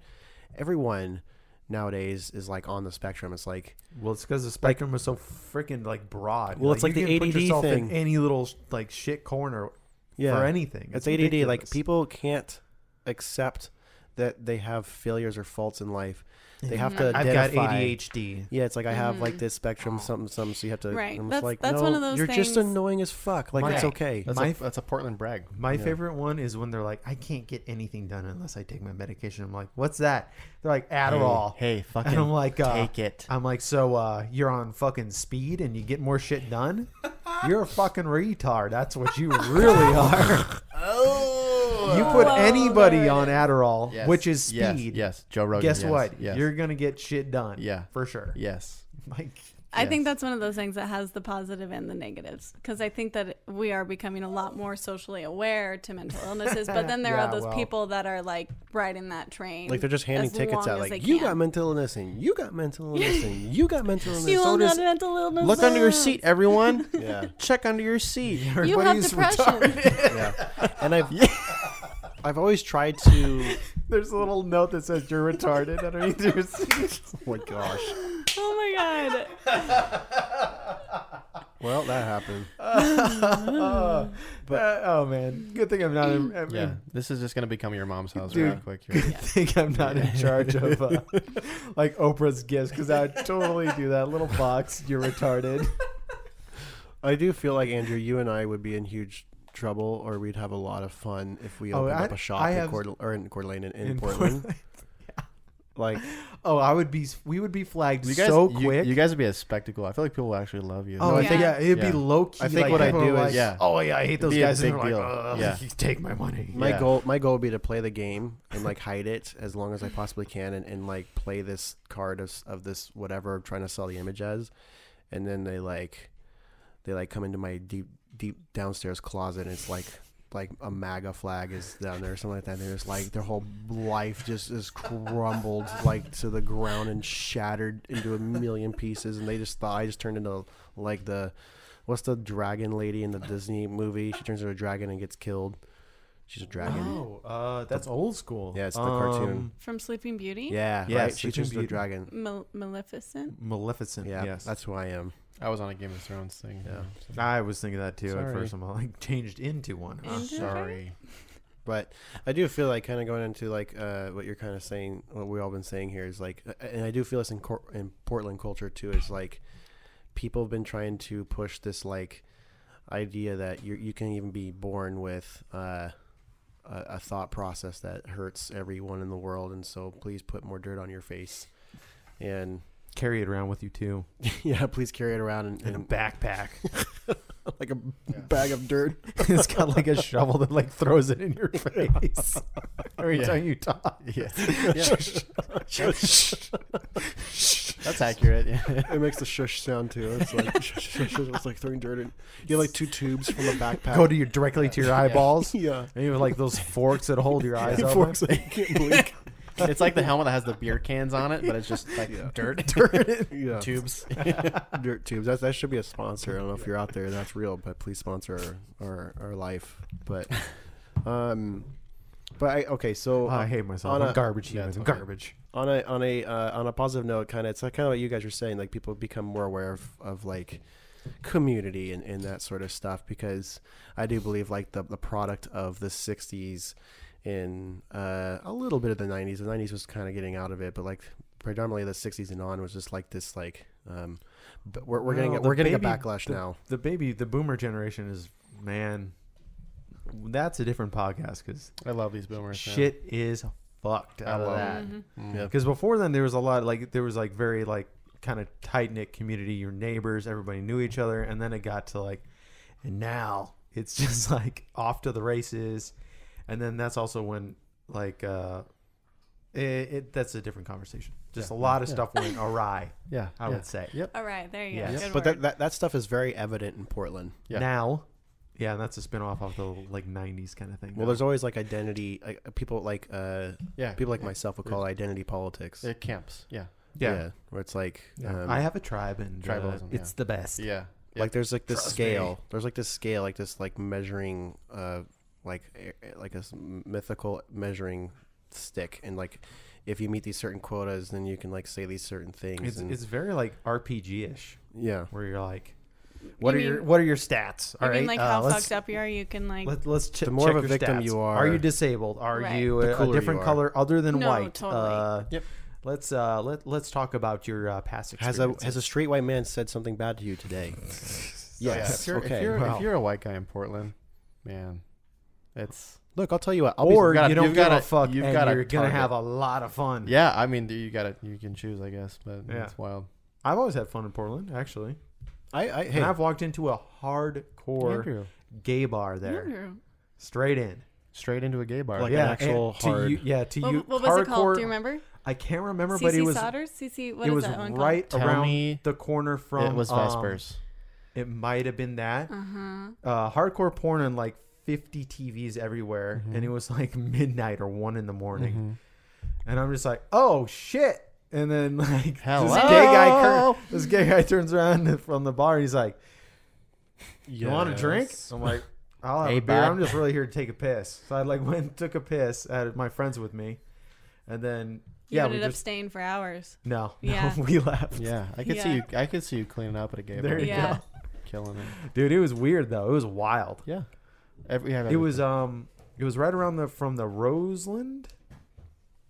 everyone nowadays is like on the spectrum. It's like Well, it's because the spectrum was so freaking like broad. Well, it's like you the can put ADD yourself in thing. any little like shit corner yeah, for anything. It's, ADD. Like people can't accept that they have failures or faults in life. They Mm-hmm. have to I've identify. got ADHD. Yeah, it's like I have like this spectrum, something, something. So you have to. Right. I'm just That's- like, that's no, one of those You're just things- annoying as fuck. Like it's Right. okay. That's, My a, f- that's a Portland brag. My favorite one is when they're like, I can't get anything done unless I take my medication. I'm like, what's that? They're like, Adderall. Hey, hey, fucking and I'm like, uh, take it. I'm like, so uh, you're on fucking speed and you get more shit done? You're a fucking retard. That's what you really are. Oh, You put Whoa, there anybody it on Adderall, yes, which is yes, speed. Yes, Joe Rogan. Guess yes, what? Yes, You're gonna get shit done. Yeah. for sure. yes. Like, I think Yes. that's one of those things that has the positive and the negatives because I think that we are becoming a lot more socially aware to mental illnesses. But then there Yeah, are those well. people that are like riding that train. Like they're just handing as tickets long out, as like they you can. got mental illness and you got mental illness and you got mental illness. You So all does- got mental illness. Look under your seat, everyone. yeah, Check under your seat. You have Everybody's depression. yeah. And I've I've always tried to. there's a little note that says you're retarded underneath your seat. Oh my gosh. oh my god. Well, that happened. But oh man, good thing I'm not. In, I mean, Yeah, this is just gonna become your mom's house Dude. real quick. Here. I think I'm not in charge of uh, like Oprah's gifts because I would totally do that little box. You're retarded. I do feel like Andrew, you and I would be in huge trouble, or we'd have a lot of fun if we Oh, opened I- up a shop I in have- Coeur, or in Coeur d'Alene in, in, In Portland. Like Oh, I would be. We would be flagged You guys, so you- quick. You, guys would be a spectacle. I feel like people would actually love you. Oh, No, I I think think- yeah, it'd yeah. be low key. I think like, what I people are do is- like, Yeah. oh yeah, I hate those be a guys. And big they're deal. like, "Ugh, Yeah. you take my money. my Yeah. goal, my goal would be to play the game and like hide it as long as I possibly can, and, and like play this card of, s- of this whatever I'm trying to sell the image as, and then they like, they like come into my deep deep downstairs closet, and it's like like a MAGA flag is down there or something like that. And they're just like their whole life just is crumbled like to the ground and shattered into a million pieces, and they just thought I just turned into like the. What's the dragon lady in the Disney movie? She turns into a dragon and gets killed. She's a dragon. Oh, uh, that's old school. Yeah, it's the cartoon. Um, From Sleeping Beauty. Yeah, Yeah, right. She Sleeping turns into a Beauty. dragon. Mal- Maleficent. Maleficent. Yeah, yes, that's who I am. I was on a Game of Thrones thing. Yeah. I was thinking that too at Sorry. first. I'm all like changed into one. huh? Into Sorry. But I do feel like kind of going into like uh, what you're kind of saying, what we've all been saying here is like, and I do feel this in, cor- in Portland culture too is like people have been trying to push this like idea that you you can even be born with uh, a, a thought process that hurts everyone in the world, and so please put more dirt on your face, and Carry it around with you too yeah, please carry it around and, in a backpack. like a bag of dirt. it's got like a shovel that like throws it in your face every Yeah. time you talk. Yeah. yeah. That's That's accurate. Yeah. It makes the shush sound too. It's like shush, shush, shush. It's like throwing dirt in. You have like two tubes from a backpack. Go to your directly to your eyeballs. yeah. And you have like those forks that hold your eyes open. Forks that you can't blink. it's like the helmet that has the beer cans on it, but it's just like dirt, Yeah. tubes. Dirt tubes. That, that should be a sponsor. I don't know if you're out there. and That's real, but please sponsor our our, our life. But, um, but Ah, I okay. So Oh, I hate myself. On I'm a- garbage yeah, it's humans. I'm okay. garbage. on a on a uh, on a positive note, kind of it's like kind of what you guys were saying. Like people become more aware of, of like community and, and that sort of stuff because I do believe like the the product of the '60s and uh, a little bit of the '90s. The '90s was kind of getting out of it, but like predominantly the '60s and on was just like this like um, but we're we're getting Well, a- we're the getting a baby- backlash the- now. The baby, the boomer generation is man. That's a different podcast because I love these boomers. man. shit is fucked out of love that. Yeah. Because before then, there was a lot like there was like very like kind of tight knit community. Your neighbors, everybody knew each other, and then it got to like, and now it's just like off to the races. And then that's also when like uh, it, it that's a different conversation. Just a lot of stuff went awry. Yeah, I yeah. would say. Yep. All right, there you Yes. go. Yep. Good But work. that, that that stuff is very evident in Portland. Yeah. Now, yeah, and that's a spinoff of the like '90s kind of thing. Well, there's always like identity. Like, people like uh, Yeah. people like myself would call it identity politics. They're camps. Yeah. yeah. where it's like Yeah. um, I have a tribe and uh, Tribalism, it's yeah. the best. Yeah. like there's like this Trust me. scale there's like this scale like this like measuring uh like eh, eh, like a s- mythical measuring stick and like if you meet these certain quotas then you can like say these certain things It's, and, it's very like RPG ish, yeah where you're like, what mean- are your what are your stats? You All right, mean like uh, how let's- fucked up you are? You can like Let, let's ch- The more check of a your victim stats. you Are are- you disabled? Are Right. you The a- a, cooler you different are. color other than No, white? totally. Uh, Yep. Let's uh, let let's talk about your uh, past has experience. a has a straight white man said something bad to you today yes If you're, okay if, you're Wow. if you're a white guy in Portland, man, it's look i'll tell you what I'll or be, gotta- you don't you've give gotta- a fuck, you've and gotta you're gonna target. have a lot of fun. yeah. I mean, you got to You can choose, I guess, but Yeah. it's wild. I've always had fun in Portland, actually, i i hey and I've walked into a hardcore Andrew, gay bar there, Andrew. straight in. straight into a gay bar. Like- yeah, an actual and to you, hard- yeah, to you. What, what was it called? hardcore- Do you remember? I can't remember, but it CC was Sodders? CC, what it is was that one right Tell around me the corner from it was um, Vespers. It might have been that. called? Uh-huh. Uh, hardcore porn on like 50 TVs everywhere, Mm-hmm. and it was like midnight or one in the morning. Mm-hmm. And I'm just like, oh shit! And then like this gay guy, Hello? cur- this gay guy turns around from the bar. And he's like, you want a drink? Yes. I'm like. I'll have Hey, a beer. bud. I'm just really here to take a piss. So I like went and took a piss. I had my friends with me, and then You yeah, we ended up just staying for hours. no, Yeah. no, we left. Yeah, I could see Yeah. you. I could see you cleaning up at a gay There bar. you Yeah. Killing it. Dude, it was weird though. It was wild. Yeah. Every, we have It was um it was right around the from the Roseland.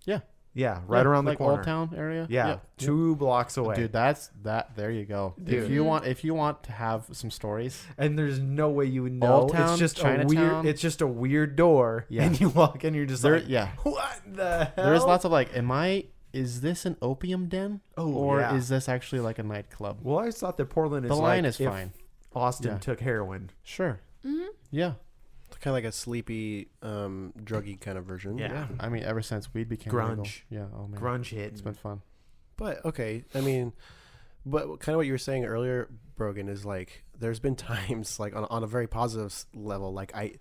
Yeah. Yeah, right Yeah, around like the corner. Old Town area. Yeah, two blocks away. Dude, that's that. There you go. If Dude. you want, if you want to have some stories, And there's no way you would know. Old Town, it's just a Chinatown. weird it's just a weird door. Yeah. And you walk in you're just there, like yeah, what the hell? there is lots of like, am I? Is this an opium den? Oh, or yeah. is this actually like a nightclub? Well, I just thought that Portland is the line like is if fine. Austin Yeah. took heroin. Sure. Mm-hmm. Yeah. kind of like a sleepy um druggy kind of version Yeah. Yeah. I mean, ever since weed became legal. Grunge. Yeah. Oh man. Grunge hit. It's been fun. But okay, I mean, but kind of what you were saying earlier, Brogan, is like there's been times like on, on a very positive s- level, like I,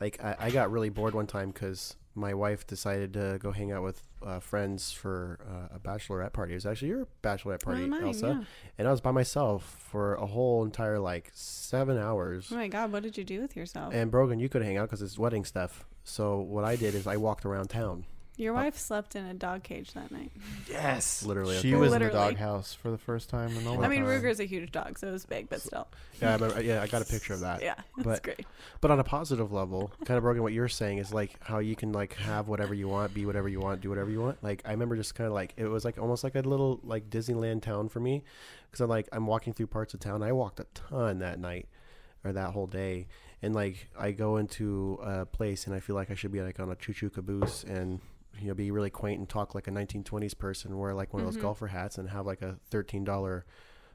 like I, I got really bored one time because my wife decided to go hang out with uh, friends for uh, a bachelorette party. It was actually your bachelorette party, mine, Elsa, Oh, yeah. and I was by myself for a whole entire like seven hours. Oh my God, what did you do with yourself? And Brogan, you could hang out because it's wedding stuff. So what I did is I walked around town, Your wife slept in a dog cage that night. Yes. literally. at She the- was in Literally. the doghouse for the first time in a long I mean, time. Ruger's a huge dog, so it was big, but still. yeah, I remember, yeah, I got a picture of that. Yeah, that's But- great. But on a positive level, kind of broken what you're saying is like how you can like have whatever you want, be whatever you want, do whatever you want. Like I remember just kind of like it was like almost like a little like Disneyland town for me because I'm like I'm walking through parts of town. I walked a ton that night or that whole day, and like I go into a place and I feel like I should be like on a choo choo caboose and you know be really quaint and talk like a 1920s person, wear like one of those golfer hats and have like a thirteen dollar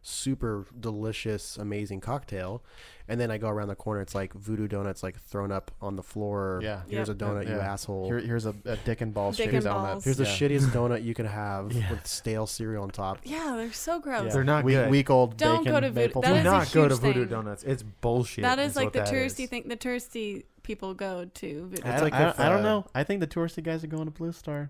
super delicious, amazing cocktail. And then I go around the corner, it's like voodoo donuts like thrown up on the floor. Yeah. Here's Yep. a donut, you Yeah. asshole. Here, here's a, a dick and balls Dick shaped and donut. balls. here's the Yeah. shittiest donut you can have with stale cereal on top. Yeah, they're so gross. They're not week, good. Week old Don't bacon go to Voodoo- maple that Do is a donuts. not go to huge Voodoo thing. Donuts. It's bullshit. that is is like what the that touristy is. thing. The touristy people go to. Voodoo. It's I, don't- like I, don't- if, I don't uh, know. I think the touristy guys are going to Blue Star.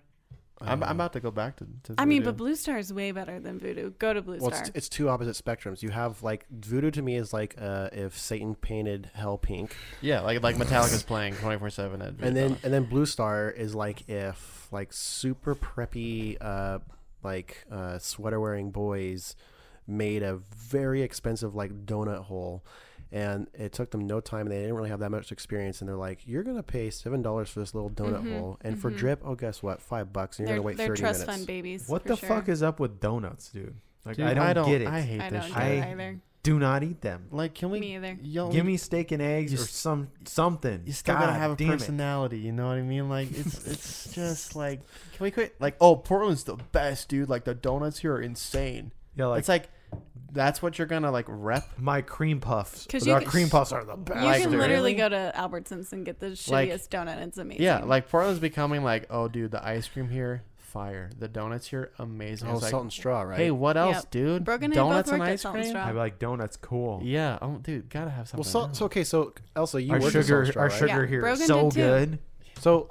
I'm, Oh. Um, I'm about to go back to. to I mean, Voodoo. but Blue Star is way better than Voodoo. Go to Blue Well, Star. it's, it's two opposite spectrums. You have like voodoo to me is like uh, if Satan painted hell pink, yeah, like like Metallica's playing 24 seven at. Voodoo and then Donuts. and then blue star is like if like super preppy uh, like uh, sweater wearing boys made a very expensive like donut hole, and it took them no time. They didn't really have that much experience, and they're like, "You're gonna pay seven dollars for this little donut hole, and for drip, oh guess what, five bucks, and you're Mm-hmm, they're gonna wait they're thirty trust minutes." fund babies. What for the sure. fuck is up with donuts, dude? Like Dude, I, don't get it. I I hate I this don't shit. get I- it either. do not eat them. like, can we? Me either. Y'all, Give me steak and eggs You or s- some something. You still God gotta have a damn it. personality. You know what I mean? Like, it's it's just like, can we quit? Like, oh, Portland's the best, dude. Like the donuts here are insane. Yeah, like, it's like that's what you're gonna like rep. my cream puffs. 'Cause but you Our can- cream puffs are the You best. Like, can dude. literally really? go to Albertsons and get the shittiest Like- donut. It's amazing. Yeah, like Portland's becoming like, oh, dude, the ice cream here, fire. The donuts here, amazing. Oh, It's like, salt and straw, right? hey, what else, Yep. dude? Brogan and I both donuts and worked at ice Salt and cream. Straw. I be like donuts. Cool. Yeah, oh, dude, gotta have something. well, salt, so okay, so Elsa, you Our worked at Salt sugar, and Straw, our right? sugar Yeah, here is Brogan so did too. good. So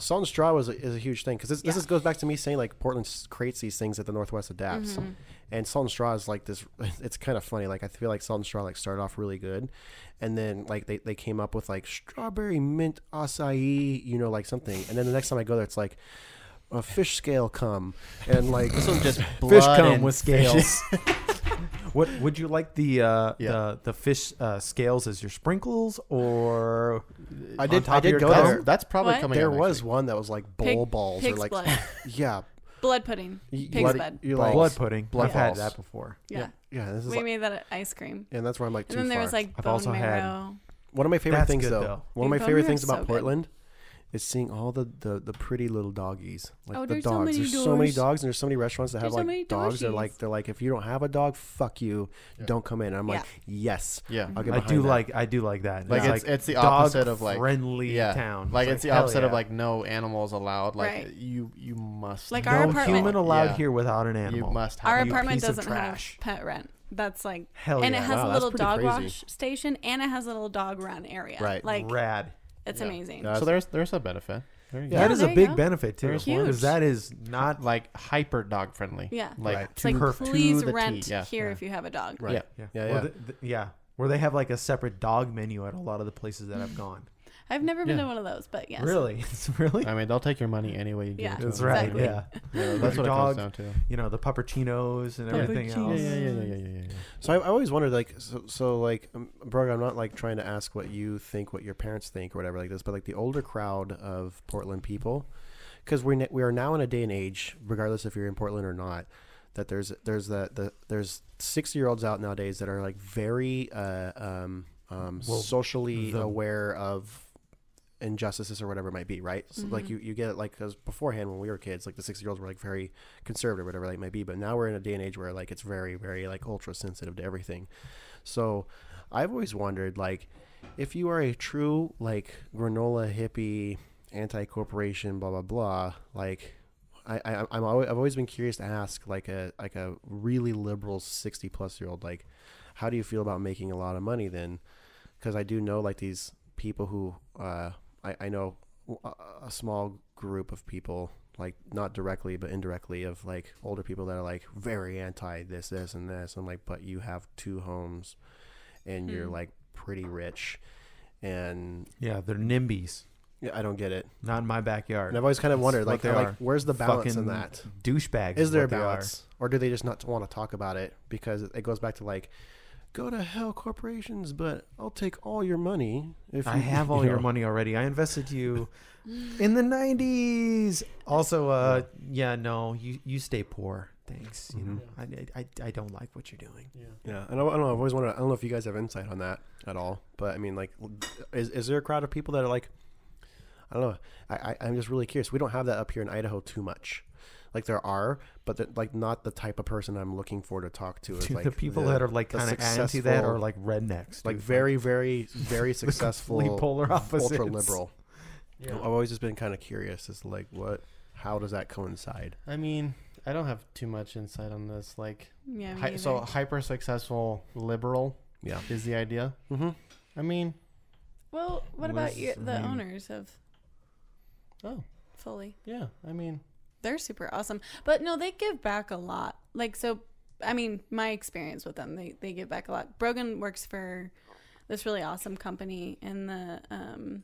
salt and straw is a, is a huge thing because this, this Yeah. is, goes back to me saying like Portland s- creates these things that the Northwest adapts, and salt and straw is like this. It's kind of funny. Like I feel like salt and straw like started off really good, and then like they, they came up with like strawberry mint acai, you know, like something. And then the next time I go there, it's like a fish scale come and like This one just Fish blood come and with scales. what would you like the uh, Yeah. the the fish uh, scales as your sprinkles or I on did top I of did your go gum? there. That's, that's probably What? coming. There out next was week. one that was like bowl Pig- balls or pig's like blood. yeah blood pudding, you- pig's blood- blood. you're like- blood pudding. Blood I've had balls. that before. Yeah, yeah this is we like, made that at ice cream. and that's where I'm like And too then there far. was like I've bone also had- marrow. One of my favorite That's things, good, though. though. One of my Dude, favorite Boneyard things is about Oh, so good. Portland is seeing all the, the, the pretty little doggies. Like Oh, the there's dogs. so many there's so many doors. dogs, and there's so many restaurants that have There's so like many dogs. They're doggies. like they're like if you don't have a dog, fuck you, don't come in. And I'm like yes, Yeah. I'll get I behind do that. like I do like that. Like, it's, it's the opposite of like friendly yeah. town. Like it's, the hell opposite of yeah. like no animals allowed. Like Right. you you must Like no our apartment- human allowed Yeah. here without an You animal. must have Our you apartment piece of doesn't have trash. pet rent. That's like Hell and yeah. it has Wow, a that's little pretty dog crazy. wash station and it has a little dog run area. Right. like rad. it's amazing. Yeah. So there's there's a benefit. There you that Yeah, is there a you big go. benefit too. There's one. Because that is not go. Like hyper dog friendly. Yeah. Like Right. It's like to- to please the T, rent Yeah. here if you have a dog. Right. Yeah. Yeah. Yeah, Well, yeah. th- th- yeah. Where they have like a separate dog menu at a lot of the places that I've gone. I've never been Yeah. to one of those, but yes. Really? It's really. I mean, they'll take your money anyway. You give Yeah. it to That's That's them. right. Exactly. Yeah. Yeah, that's what Dog. it comes down to. You know the puppuccinos and everything else. Yeah, yeah, yeah, yeah, yeah, yeah. So I, I always wondered, like, so, so like, um, Brogan, I'm not like trying to ask what you think, what your parents think, or whatever like this, but like the older crowd of Portland people, because we ne- we are now in a day and age, regardless if you're in Portland or not, that there's there's the, the there's six year olds out nowadays that are like very uh, um, um, socially aware of injustices or whatever it might be, right? So, Like you, you get it like because beforehand when we were kids, like the six year olds were like very conservative, whatever that might be. But now we're in a day and age where like it's very, very like ultra sensitive to everything. So I've always wondered like if you are a true like granola hippie, anti corporation, blah blah blah, like. I, I I'm always, I've always been curious to ask like a like a really liberal sixty plus year old like how do you feel about making a lot of money then because I do know like these people who uh, I, I know a, a small group of people like not directly but indirectly of like older people that are like very anti this this and this I'm like but you have two homes and you're Hmm. like pretty rich and Yeah, they're nimbies. yeah, I don't get it Not in my backyard. and I've always kind of wondered what like they like are. where's the balance Fucking in that Douchebags. is there a what they are. balance or do they just not want to talk about it because it goes back to like go to hell corporations but I'll take all your money if I you- have all you your know. money already. I invested you in the '90s. Also, uh, yeah, no, you you stay poor. Thanks. You know, I, I I don't like what you're doing. Mm-hmm. Yeah, and I, I don't know. I've always wondered. I don't know if you guys have insight on that at all. But I mean, like, is is there a crowd of people that are like, I don't know. I, I I'm just really curious. We don't have that up here in Idaho too much. Like there are, but they're, like not the type of person I'm looking for to talk to. It's Dude, like the people that are like the kind of anti that are successful- like rednecks, like dude. very, very, very successful, polar opposites. ultra liberal. I've always just been kind of curious as to like what, how does that coincide? I mean, I don't have too much insight on this. Like, Yeah. me hi- so either. hyper successful liberal Yeah. is the idea. Mm-hmm. I mean, well, what about was you, the mean. owners of oh Fully? yeah, I mean, They're super awesome, but no, they give back a lot. Like so, I mean, my experience with them, they they give back a lot. Brogan works for this really awesome company, and the um,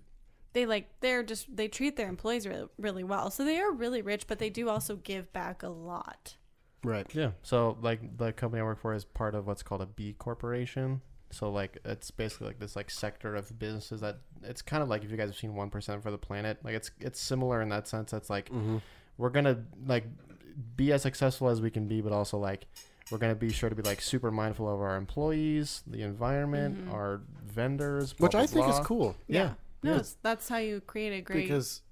they like they're just they treat their employees really, really well. So they are really rich, but they do also give back a lot. Right. yeah. So like the company I work for is part of what's called a B corporation. So like it's basically like this like sector of businesses that it's kind of like if you guys have seen One Percent for the Planet, like it's it's similar in that sense. That's like Mm. Mm-hmm. we're gonna like be as successful as we can be, but also like we're gonna be sure to be like super mindful of our employees, the environment, our vendors, blah, Which I blah, think is blah. cool. Mm-hmm. Yeah. No, Yeah. it's- that's how you create a great. because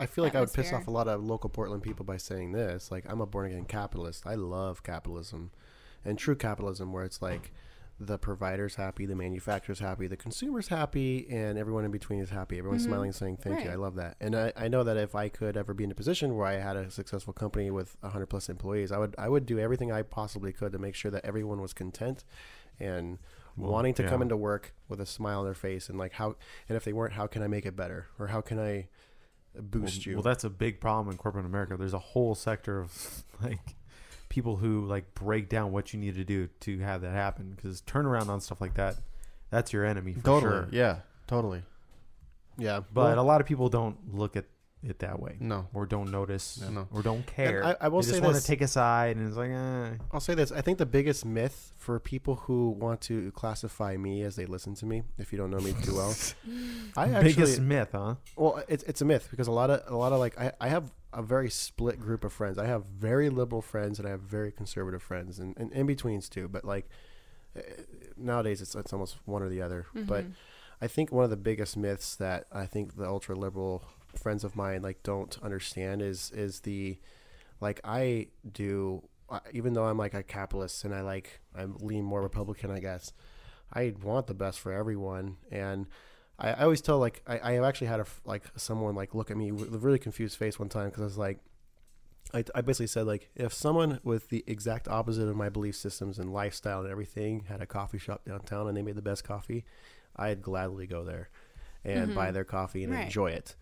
I feel like I would piss atmosphere. off a lot of local Portland people by saying this. Like, I'm a born again capitalist. I love capitalism and true capitalism, where it's like the provider's happy, the manufacturer's happy, the consumer's happy, and everyone in between is happy. Everyone's smiling and saying, Thank you. Mm-hmm. Right. I love that. And I, I know that if I could ever be in a position where I had a successful company with 100 plus employees, I would, I would do everything I possibly could to make sure that everyone was content and. wanting to yeah. come into work with a smile on their face and like how and if they weren't how can i make it better or how can i boost you. Well, that's a big problem in corporate America. There's a whole sector of like people who like break down what you need to do to have that happen because turnaround on stuff like that, that's your enemy for Totally. sure. Yeah. Totally. yeah, But a lot of people don't look at it that way. No. Or don't notice, No. or don't care. I- I will they say just want this. to take a side, and it's like, eh. I'll say this. I think the biggest myth for people who want to classify me as they listen to me, if you don't know me too well, I actually biggest myth, huh? well, it's it's a myth because a lot of a lot of like I, I have a very split group of friends. I have very liberal friends and I have very conservative friends and, and in betweens too. But like eh, nowadays, it's it's almost one or the other. But I think one of the biggest myths that I think the ultra liberal friends of mine like don't understand is is the like I do I- even though I'm like a capitalist and I like I lean more Republican, I guess. I want the best for everyone, and I, I always tell like I, I have actually had a f- like someone like look at me with a really confused face one time because I was like, I, I basically said like if someone with the exact opposite of my belief systems and lifestyle and everything had a coffee shop downtown and they made the best coffee, I'd gladly go there and buy their coffee and Right. enjoy it.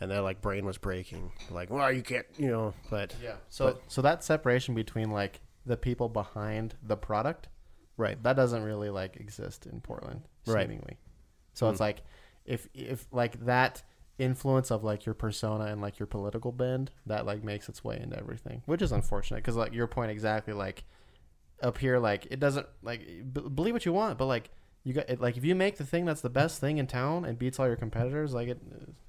And their like brain was breaking, like, well, you can't, you know, but Yeah. So so that separation between like the people behind the product, right, that doesn't really like exist in Portland, Right. seemingly. So Hmm. it's like if if like that influence of like your persona and like your political bend that like makes its way into everything, which is unfortunate because like your point exactly like up here like it doesn't like b- believe what you want, but like. You got it, like if you make the thing that's the best thing in town and beats all your competitors, like it,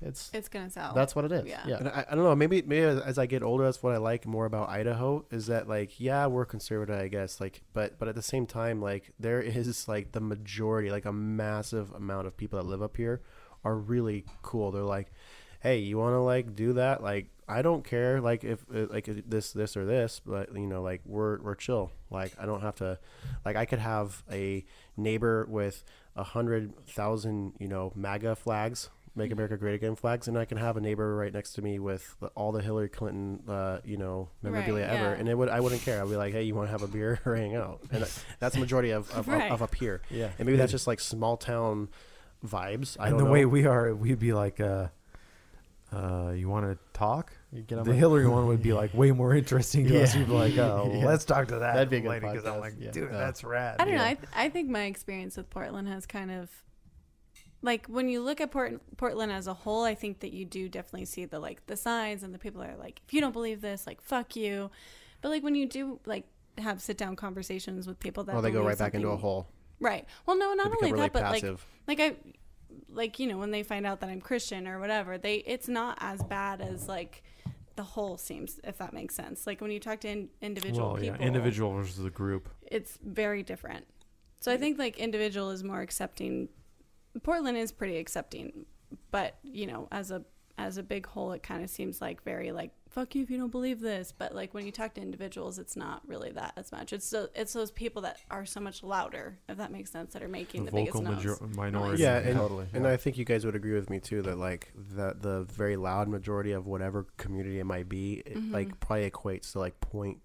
it's it's gonna sell. that's what it is. Oh. Yeah. yeah. And I, I don't know. Maybe maybe as, as I get older, that's what I like more about Idaho is that like yeah, we're conservative, I guess. Like, but but at the same time, like there is like the majority, like a massive amount of people that live up here, are really cool. They're like, hey, you want to like do that? Like, I don't care. Like if uh, like if this this or this, but you know, like we're we're chill. Like I don't have to. Like I could have a neighbor with a hundred thousand, you know, MAGA flags make America great again flags, and I can have a neighbor right next to me with the- all the Hillary Clinton, uh, you know, memorabilia Right, ever, yeah. and it would I wouldn't care. I'd be like, hey, you want to have a beer or hang out? And that- that's the majority of of, Right. of, of up here. Yeah. and maybe that's just like small town vibes. I and don't the know. way we are, we'd be like, uh, uh, you want to talk? You get on the my- Hillary one would be like way more interesting to us. Yeah. You'd be like, oh, Yeah. let's talk to that That'd be a good lady because I'm podcast. like, Yeah. dude, Yeah. that's rad. I don't know. I, th- I think my experience with Portland has kind of like when you look at Port- Portland as a whole, I think that you do definitely see the like the signs and the people that are like, if you don't believe this, like fuck you. But like when you do like have sit down conversations with people that Oh, they go believe right back into a something- hole. Right. Well, no, not become only really that, but passive. like, like I, like you know, when they find out that I'm Christian or whatever, they it's not as bad as like the whole seems, if that makes sense. Like when you talk to in, individual well, people, yeah, individual versus the group. it's very different. So I think like individual is more accepting. Portland is pretty accepting, but you know, as a as a big whole, it kind of seems like very like fuck you if you don't believe this. But like when you talk to individuals, it's not really that as much. It's so, it's those people that are so much louder, if that makes sense, that are making the, biggest noise. minority. yeah, and, totally. and I think you guys would agree with me too that like that the very loud majority of whatever community it might be, it, like probably equates to like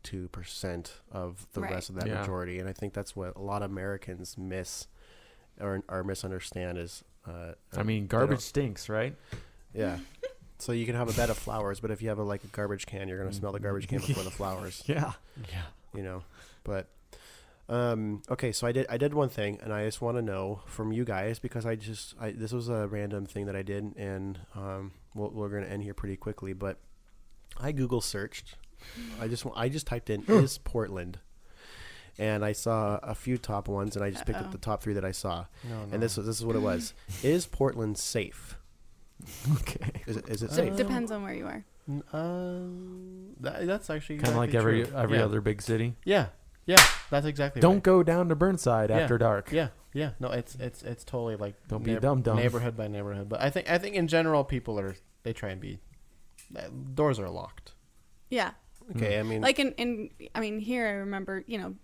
02 percent of the Right. rest of that Yeah. majority, and I think that's what a lot of Americans miss or, or misunderstand is. Uh, I mean, garbage stinks, right? yeah. So you can have a bed of flowers, but if you have a like a garbage can, you're gonna smell the garbage can before the flowers. Yeah. you know but um okay so i did i did one thing and i just want to know from you guys because i just i this was a random thing that i did and um we'll, we're gonna end here pretty quickly but i google searched i just wa- i just typed in is portland and I saw a few top ones, and I just picked up the top three that I saw. And this was this is what it was: Is Portland safe? Okay. Is it, is it De- safe? depends on where you are. Um, that, that's actually Kind of like exactly every true. every yeah. other big city. Yeah, yeah, that's exactly. Don't right. go down to Burnside Yeah. after dark. Yeah, yeah. No, it's it's it's totally like Don't be a dumb dumb. neighborhood by neighborhood. But I think I think in general people are they try and be uh, doors are locked. Yeah, Okay, I mean, Hmm. like in in I mean here I remember you know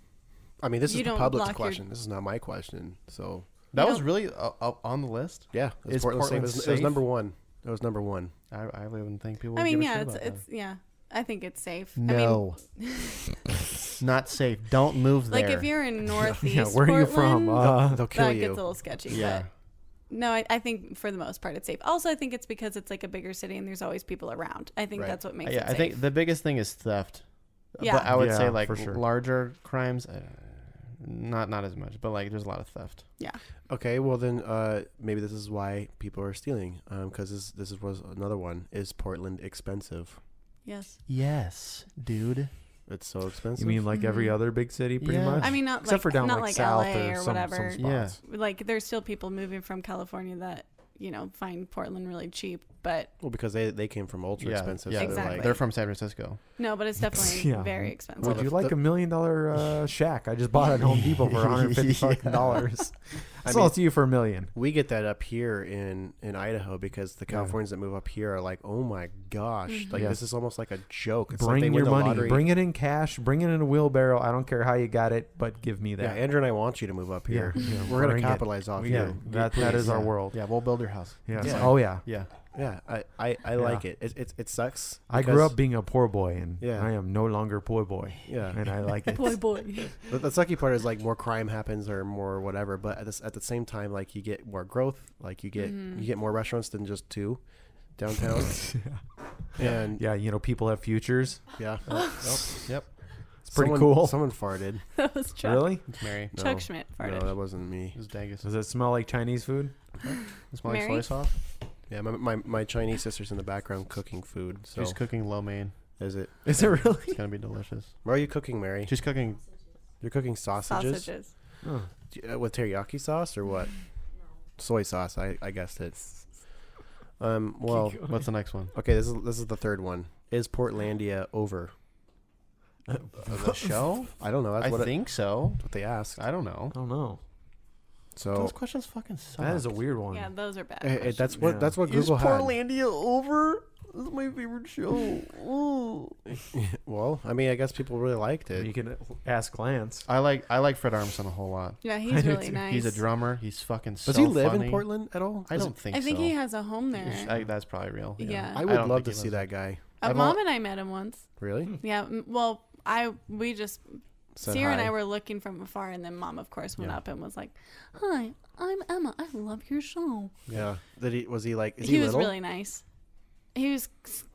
I mean, this you is the don't public's block your- question. This is not my question. So That You was know- really uh, up on the list. yeah, Is Portland It was- It was safe? number one. It was number one. I I wouldn't think people. I would mean give a yeah shit it's about it's yeah I think it's safe. that. I mean, no, not safe. Don't move there. like if you're in northeast, Yeah, where are you from? Portland, Uh, They'll kill that you. gets a little sketchy. yeah. But no, I, I think for the most part it's safe. Also, I think it's because it's like a bigger city and there's always people around. I think Right. that's what makes yeah, it I safe. think the biggest thing is theft. Yeah. But I would say Yeah, like for sure. larger crimes, uh, not not as much, but like there's a lot of theft. Okay, well then, uh, maybe this is why people are stealing. Because this this is- was another one. Is Portland expensive? yes. Yes, dude. It's so expensive. You mean like every Mhm. other big city, pretty Yeah. much? I mean, not Mm-hmm. except like, for down not like, south LA or, or some, whatever. some Yeah. spots. like there's still people moving from California that you know find Portland really cheap, but well, because they they came from ultra yeah, expensive. Yeah, so they're Exactly. they're from San Francisco. no, but it's definitely Yeah. very expensive. Would the- you like the- a million dollar uh, shack? I just bought it at Home Depot for 150 fucking dollars. I sold it to you for a million. we get that up here in in Idaho because the Californians that move up here are like, oh my gosh, Mm-hmm. like Yeah. this is almost like a joke. It's like they bring win your the money. lottery. Bring it in cash. Bring it in a wheelbarrow. I don't care how you got it, but give me yeah, that. Andrew and I want you to move up Yeah, here. yeah, We're gonna bring it. capitalize off We- you. yeah, that, that is our Yeah. world. Yeah, we'll build your house. Yeah. Yeah. Oh yeah. Yeah. Yeah, I I, I like it. It, it. it sucks. I grew because- up being a poor boy, and Yeah. I am no longer poor boy, Yeah, and I like it. boy, boy. The, the sucky part is like more crime happens or more whatever, but at, this, at the same time, like you get more growth, like you get Mm-hmm. you get more restaurants than just two downtown, and yeah, yeah, you know, people have futures. Yep. It's pretty Someone- cool. Someone farted. that was Chuck. Really? It's Mary. No, Chuck Schmidt no, farted. that wasn't me. It's Dagus. Does it smell like Chinese food? It's Molly Mary? soy sauce. Yeah, my, my, my Chinese sister's in the background cooking food. So She's cooking lo mein. is it? Is it really? It's gonna be delicious. Where are you cooking, Mary? She's cooking. You're cooking sausages, Sausages. D- uh, with teriyaki sauce or what? Soy sauce. I, I guessed it. Um. Well. What's the next one? Okay. This is this is the third one. Is Portlandia over? the show? I don't know. That's I what, it- think so. what they asked. I don't know. I don't know. So Those questions fucking suck. That is a weird one. Yeah, those are bad. Hey, hey, questions. that's what Yeah. that's what Is Google had. Portlandia over? This is my favorite show. Ooh. Well, I mean, I guess people really liked You it. can ask Lance. I like I like Fred Armstrong a whole lot. yeah, I he's do really too. nice. He's a drummer. He's fucking. Does so he live funny. in Portland at all? I don't think. I think so. he has a home there. It's- I- that's probably real. yeah. I I would don't love think to he Hmm. see lives- that guy. Uh, I've Mom al- and I met him once. Really? Yeah. m- Well, I we just Said Sierra and hi. I were looking from afar, and then Mom, of course, went Yeah. up and was like, "Hi, I'm Emma. I love your show." Yeah. Did he? Was he like? Is he he, was little? really nice. He was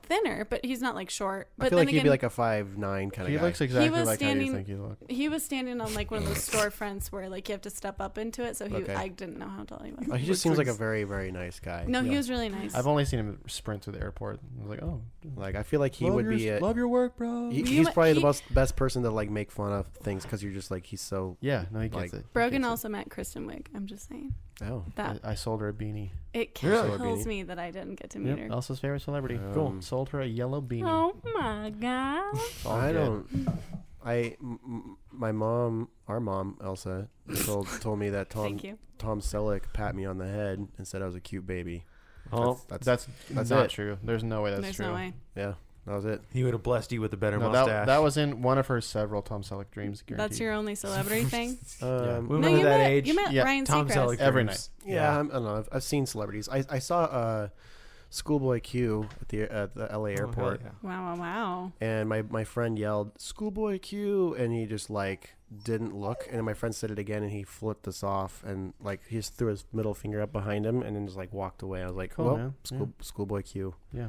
thinner, but he's not like short. But I feel then like again, he'd be like a five nine kind of He guy. looks exactly was like standing- how you think he looks. he was standing on like one of those storefronts where like you have to step up into it. So he, Okay. I didn't know how tall he Oh, was. he just seems like a very very nice guy. No, he Yeah. was really nice. I've only seen him sprint through the airport. I was like, oh, Like I feel like he love would your, be. A, love your work, bro. he, You he's might- probably the he- best best person to like make fun of things because you're just like he's so. yeah, no, he gets Like- it. He Brogan gets it. also met Kristen Wiig. I'm just saying Oh. that I, I sold her a beanie. it Really? kills me that I didn't get to meet Yep. her. Elsa's favorite celebrity. Cool. Sold her a yellow beanie. Oh my god! It's all I good. don't. I m- m- my mom, our mom Elsa, told told me that Tom Thank you. Tom Selleck pat me on the head and said I was a cute baby. Well, That's- that's that's- Oh, that's that's, not it. true. There's no way that's There's true. no way. Yeah, that was it. He would have blessed you with a better No, mustache. that, that was in one of her several Tom Selleck dreams. Guaranteed. That's your only celebrity thing. Um, Women no, of you that met age. you met Yeah, Ryan Tom Seacrest. Selleck Every dreams. Yeah, I'm, I don't know. I've, I've seen celebrities. I, I saw uh, Schoolboy Q at the at the LA Oh, hell airport, yeah. Wow, wow, wow. and my, my friend yelled Schoolboy Q, and he just like didn't look. And then my friend said it again, and he flipped us off, and like he just threw his middle finger up behind him, and then just like walked away. I was like, Cool, well, man. School, Schoolboy Q. Yeah.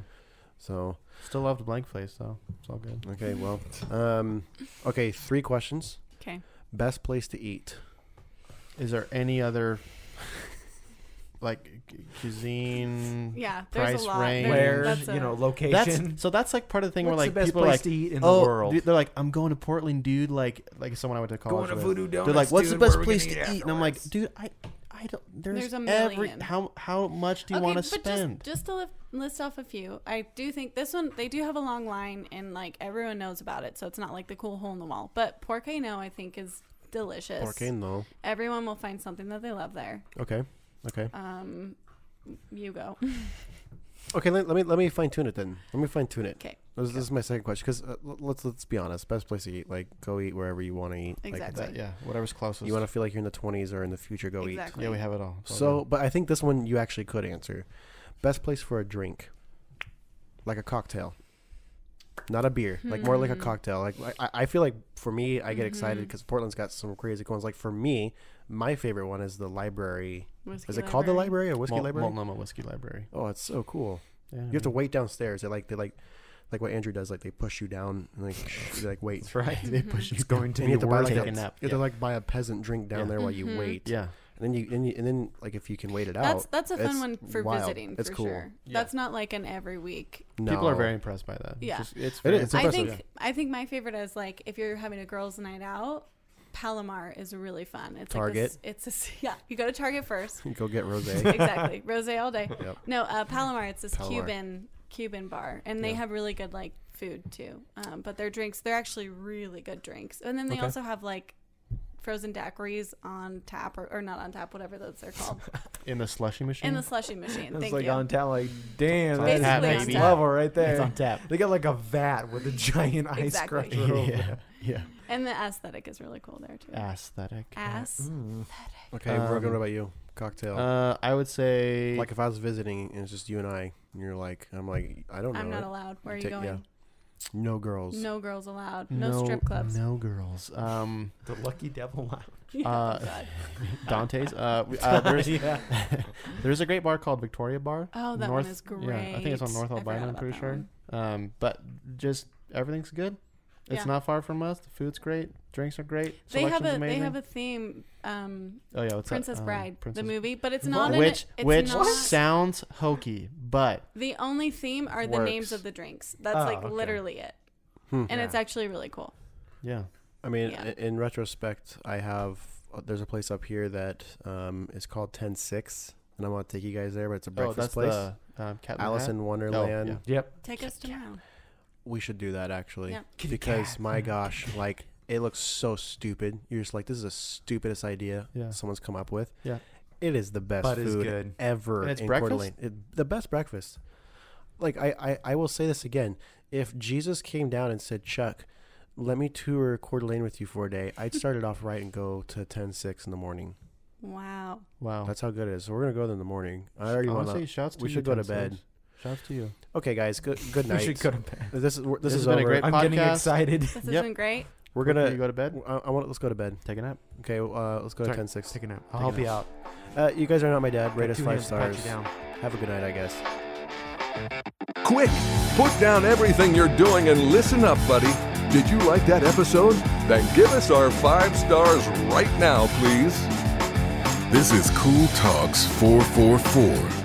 So Still loved Blank Face though. It's all good. okay, well, um, okay, three questions. Okay. Best place to eat. Is there any other like cu- cuisine? Yeah, there's Price a lot. range. There's- Where, that's you a- know, location. That's so that's like part of the thing What's where the like best people place are like to eat in oh, the world? dude," they're like I'm going to Portland, dude. Like like someone I went to college with. Donuts. They're like, what's the best place to eat? And I'm like, dude, I, I don't. There's, There's a every million. how how much do you want to spend? Just, just to li- list off a few, I do think this one they do have a long line and like everyone knows about it, so it's not like the cool hole in the wall. But Porque No, I think is delicious. Okay, no. Everyone will find something that they love there. Okay, okay, Um, you go. okay. Let, let me let me fine tune it then. Let me fine tune it. Okay. This, this is my second question because uh, l- let's let's be honest. Best place to eat, like go eat wherever you want to eat. Like, Exactly. That- yeah, whatever's closest. you want to feel like you're in the 20s or in the future, go eat. Exactly. Yeah, we have it all. It's all So, good. but I think this one you actually could answer. Best place for a drink, like a cocktail, not a beer, like more like Hmm. a cocktail. Like I- I, I feel like for me, I get excited Mm-hmm. because Portland's got some crazy cool ones. Like for me, my favorite one is the library. Whiskey is it called the library or whiskey Mul- library? Multnomah Whiskey Library. Mm-hmm. Oh, it's so cool. Yeah, You have to wait downstairs. They like they like like what Andrew does. Like they push you down and like they like wait. that's right. They push It's going to And you have be to buy worth like Take a, a it. nap. You have to Yeah. like buy a peasant drink down Yeah. there while you wait. Yeah, And then you and, you and then like if you can wait it out. Mm-hmm. That's that's a fun Oh, it's one for wild. visiting. For It's cool. Sure. Yeah. That's not like an every week. people No. are very impressed by that. Yeah. it's, just- it's It very- is, it's I impressive. think I think my favorite is like if you're having a girls' night out, Palomar is really fun. It's Like Target. a, s- it's a, yeah. You go to Target first. go get rose. exactly. Rose all day. Yep. No, uh, Palomar. It's this Palomar. Cuban Cuban bar, and they have really good like food too. Um, but their drinks, they're actually really good drinks. And then they also have like frozen daiquiris on tap or, or not on tap, whatever those are called, in the slushy machine. in the slushy machine. It's Thank like you. on tap. Like, damn, on that's tap, next baby. level right there. it's on tap. They got like a vat with a giant ice Exactly. crusher. over it. yeah, yeah. and the aesthetic is really cool there too. Ah, Aesthetic. mm-hmm. Ass. Mm, Okay, Brogan, Um, what about you? Cocktail. Uh, I would say Oh. like if I was visiting and it's just you and I, and you're like, I'm like, I don't know. I'm not it. allowed. Where are you Take- yeah. going? No girls. No girls allowed. No, strip clubs. No girls. Um, The Lucky Devil Lounge. Yeah, Uh, oh, God. Dante's. Uh, we- uh, there's yeah. There's a great bar called Victoria Bar. Oh, that North- one is great. Yeah, I think it's on North I forgot Albina. I'm about pretty that sure. one. Um, but just everything's good. It's Yeah. not far from us. The food's great. Drinks are great. They have Selection's a amazing. they have a theme, um, oh yeah, what's that? Princess Um, Bride, Princess- the movie, but it's not an, which it's which not, sounds hokey, but the only theme are the names works. Ah, of the drinks. That's Oh, like okay. literally it, Hmm. and it's actually really cool. yeah, I mean, Yeah. i- in retrospect, I have uh, there's a place up here that um is called Ten Six, and I want to take you guys there, but it's a oh breakfast that's place. the um, Cat in the Alice Hat. in Wonderland. yeah. Yep. Take us tomorrow. We should do that actually, Yeah. Kitty because cat. my Mm. gosh, like it looks so stupid. You're just like, this is the stupidest idea Yeah. someone's come up with. Yeah. it is the best But it's food good. ever. And it's in Coeur breakfast? d'Alene. It- the best breakfast. Like I, I, I will say this again. If Jesus came down and said, Chuck, let me tour Coeur d'Alene with you for a day, I'd start it off right and go to 10, 6 in the morning. Wow, Wow. That's how good it is. So we're gonna go there in the morning. I already want Honestly, to. shouts to we you, should go to Ten bed. Six. Shouts to you. Okay, guys. Good good We night. should go to bed. This is we're- this, This is has been a over. great- I'm getting podcast. excited. this Yep. has been great. We're Before gonna. you go to bed. I, I want. Let's go to bed. Take a nap. Okay. well, Uh, let's go to Sorry. ten six. Take a nap. Take a I'll help nap. you out. Uh, you guys are not my dad. Rate Got us two five hands to pat you stars. down. Have a good night, I guess. Quick, put down everything you're doing and listen up, buddy. Did you like that episode? Then give us our five stars right now, please. This is Cool Talks 444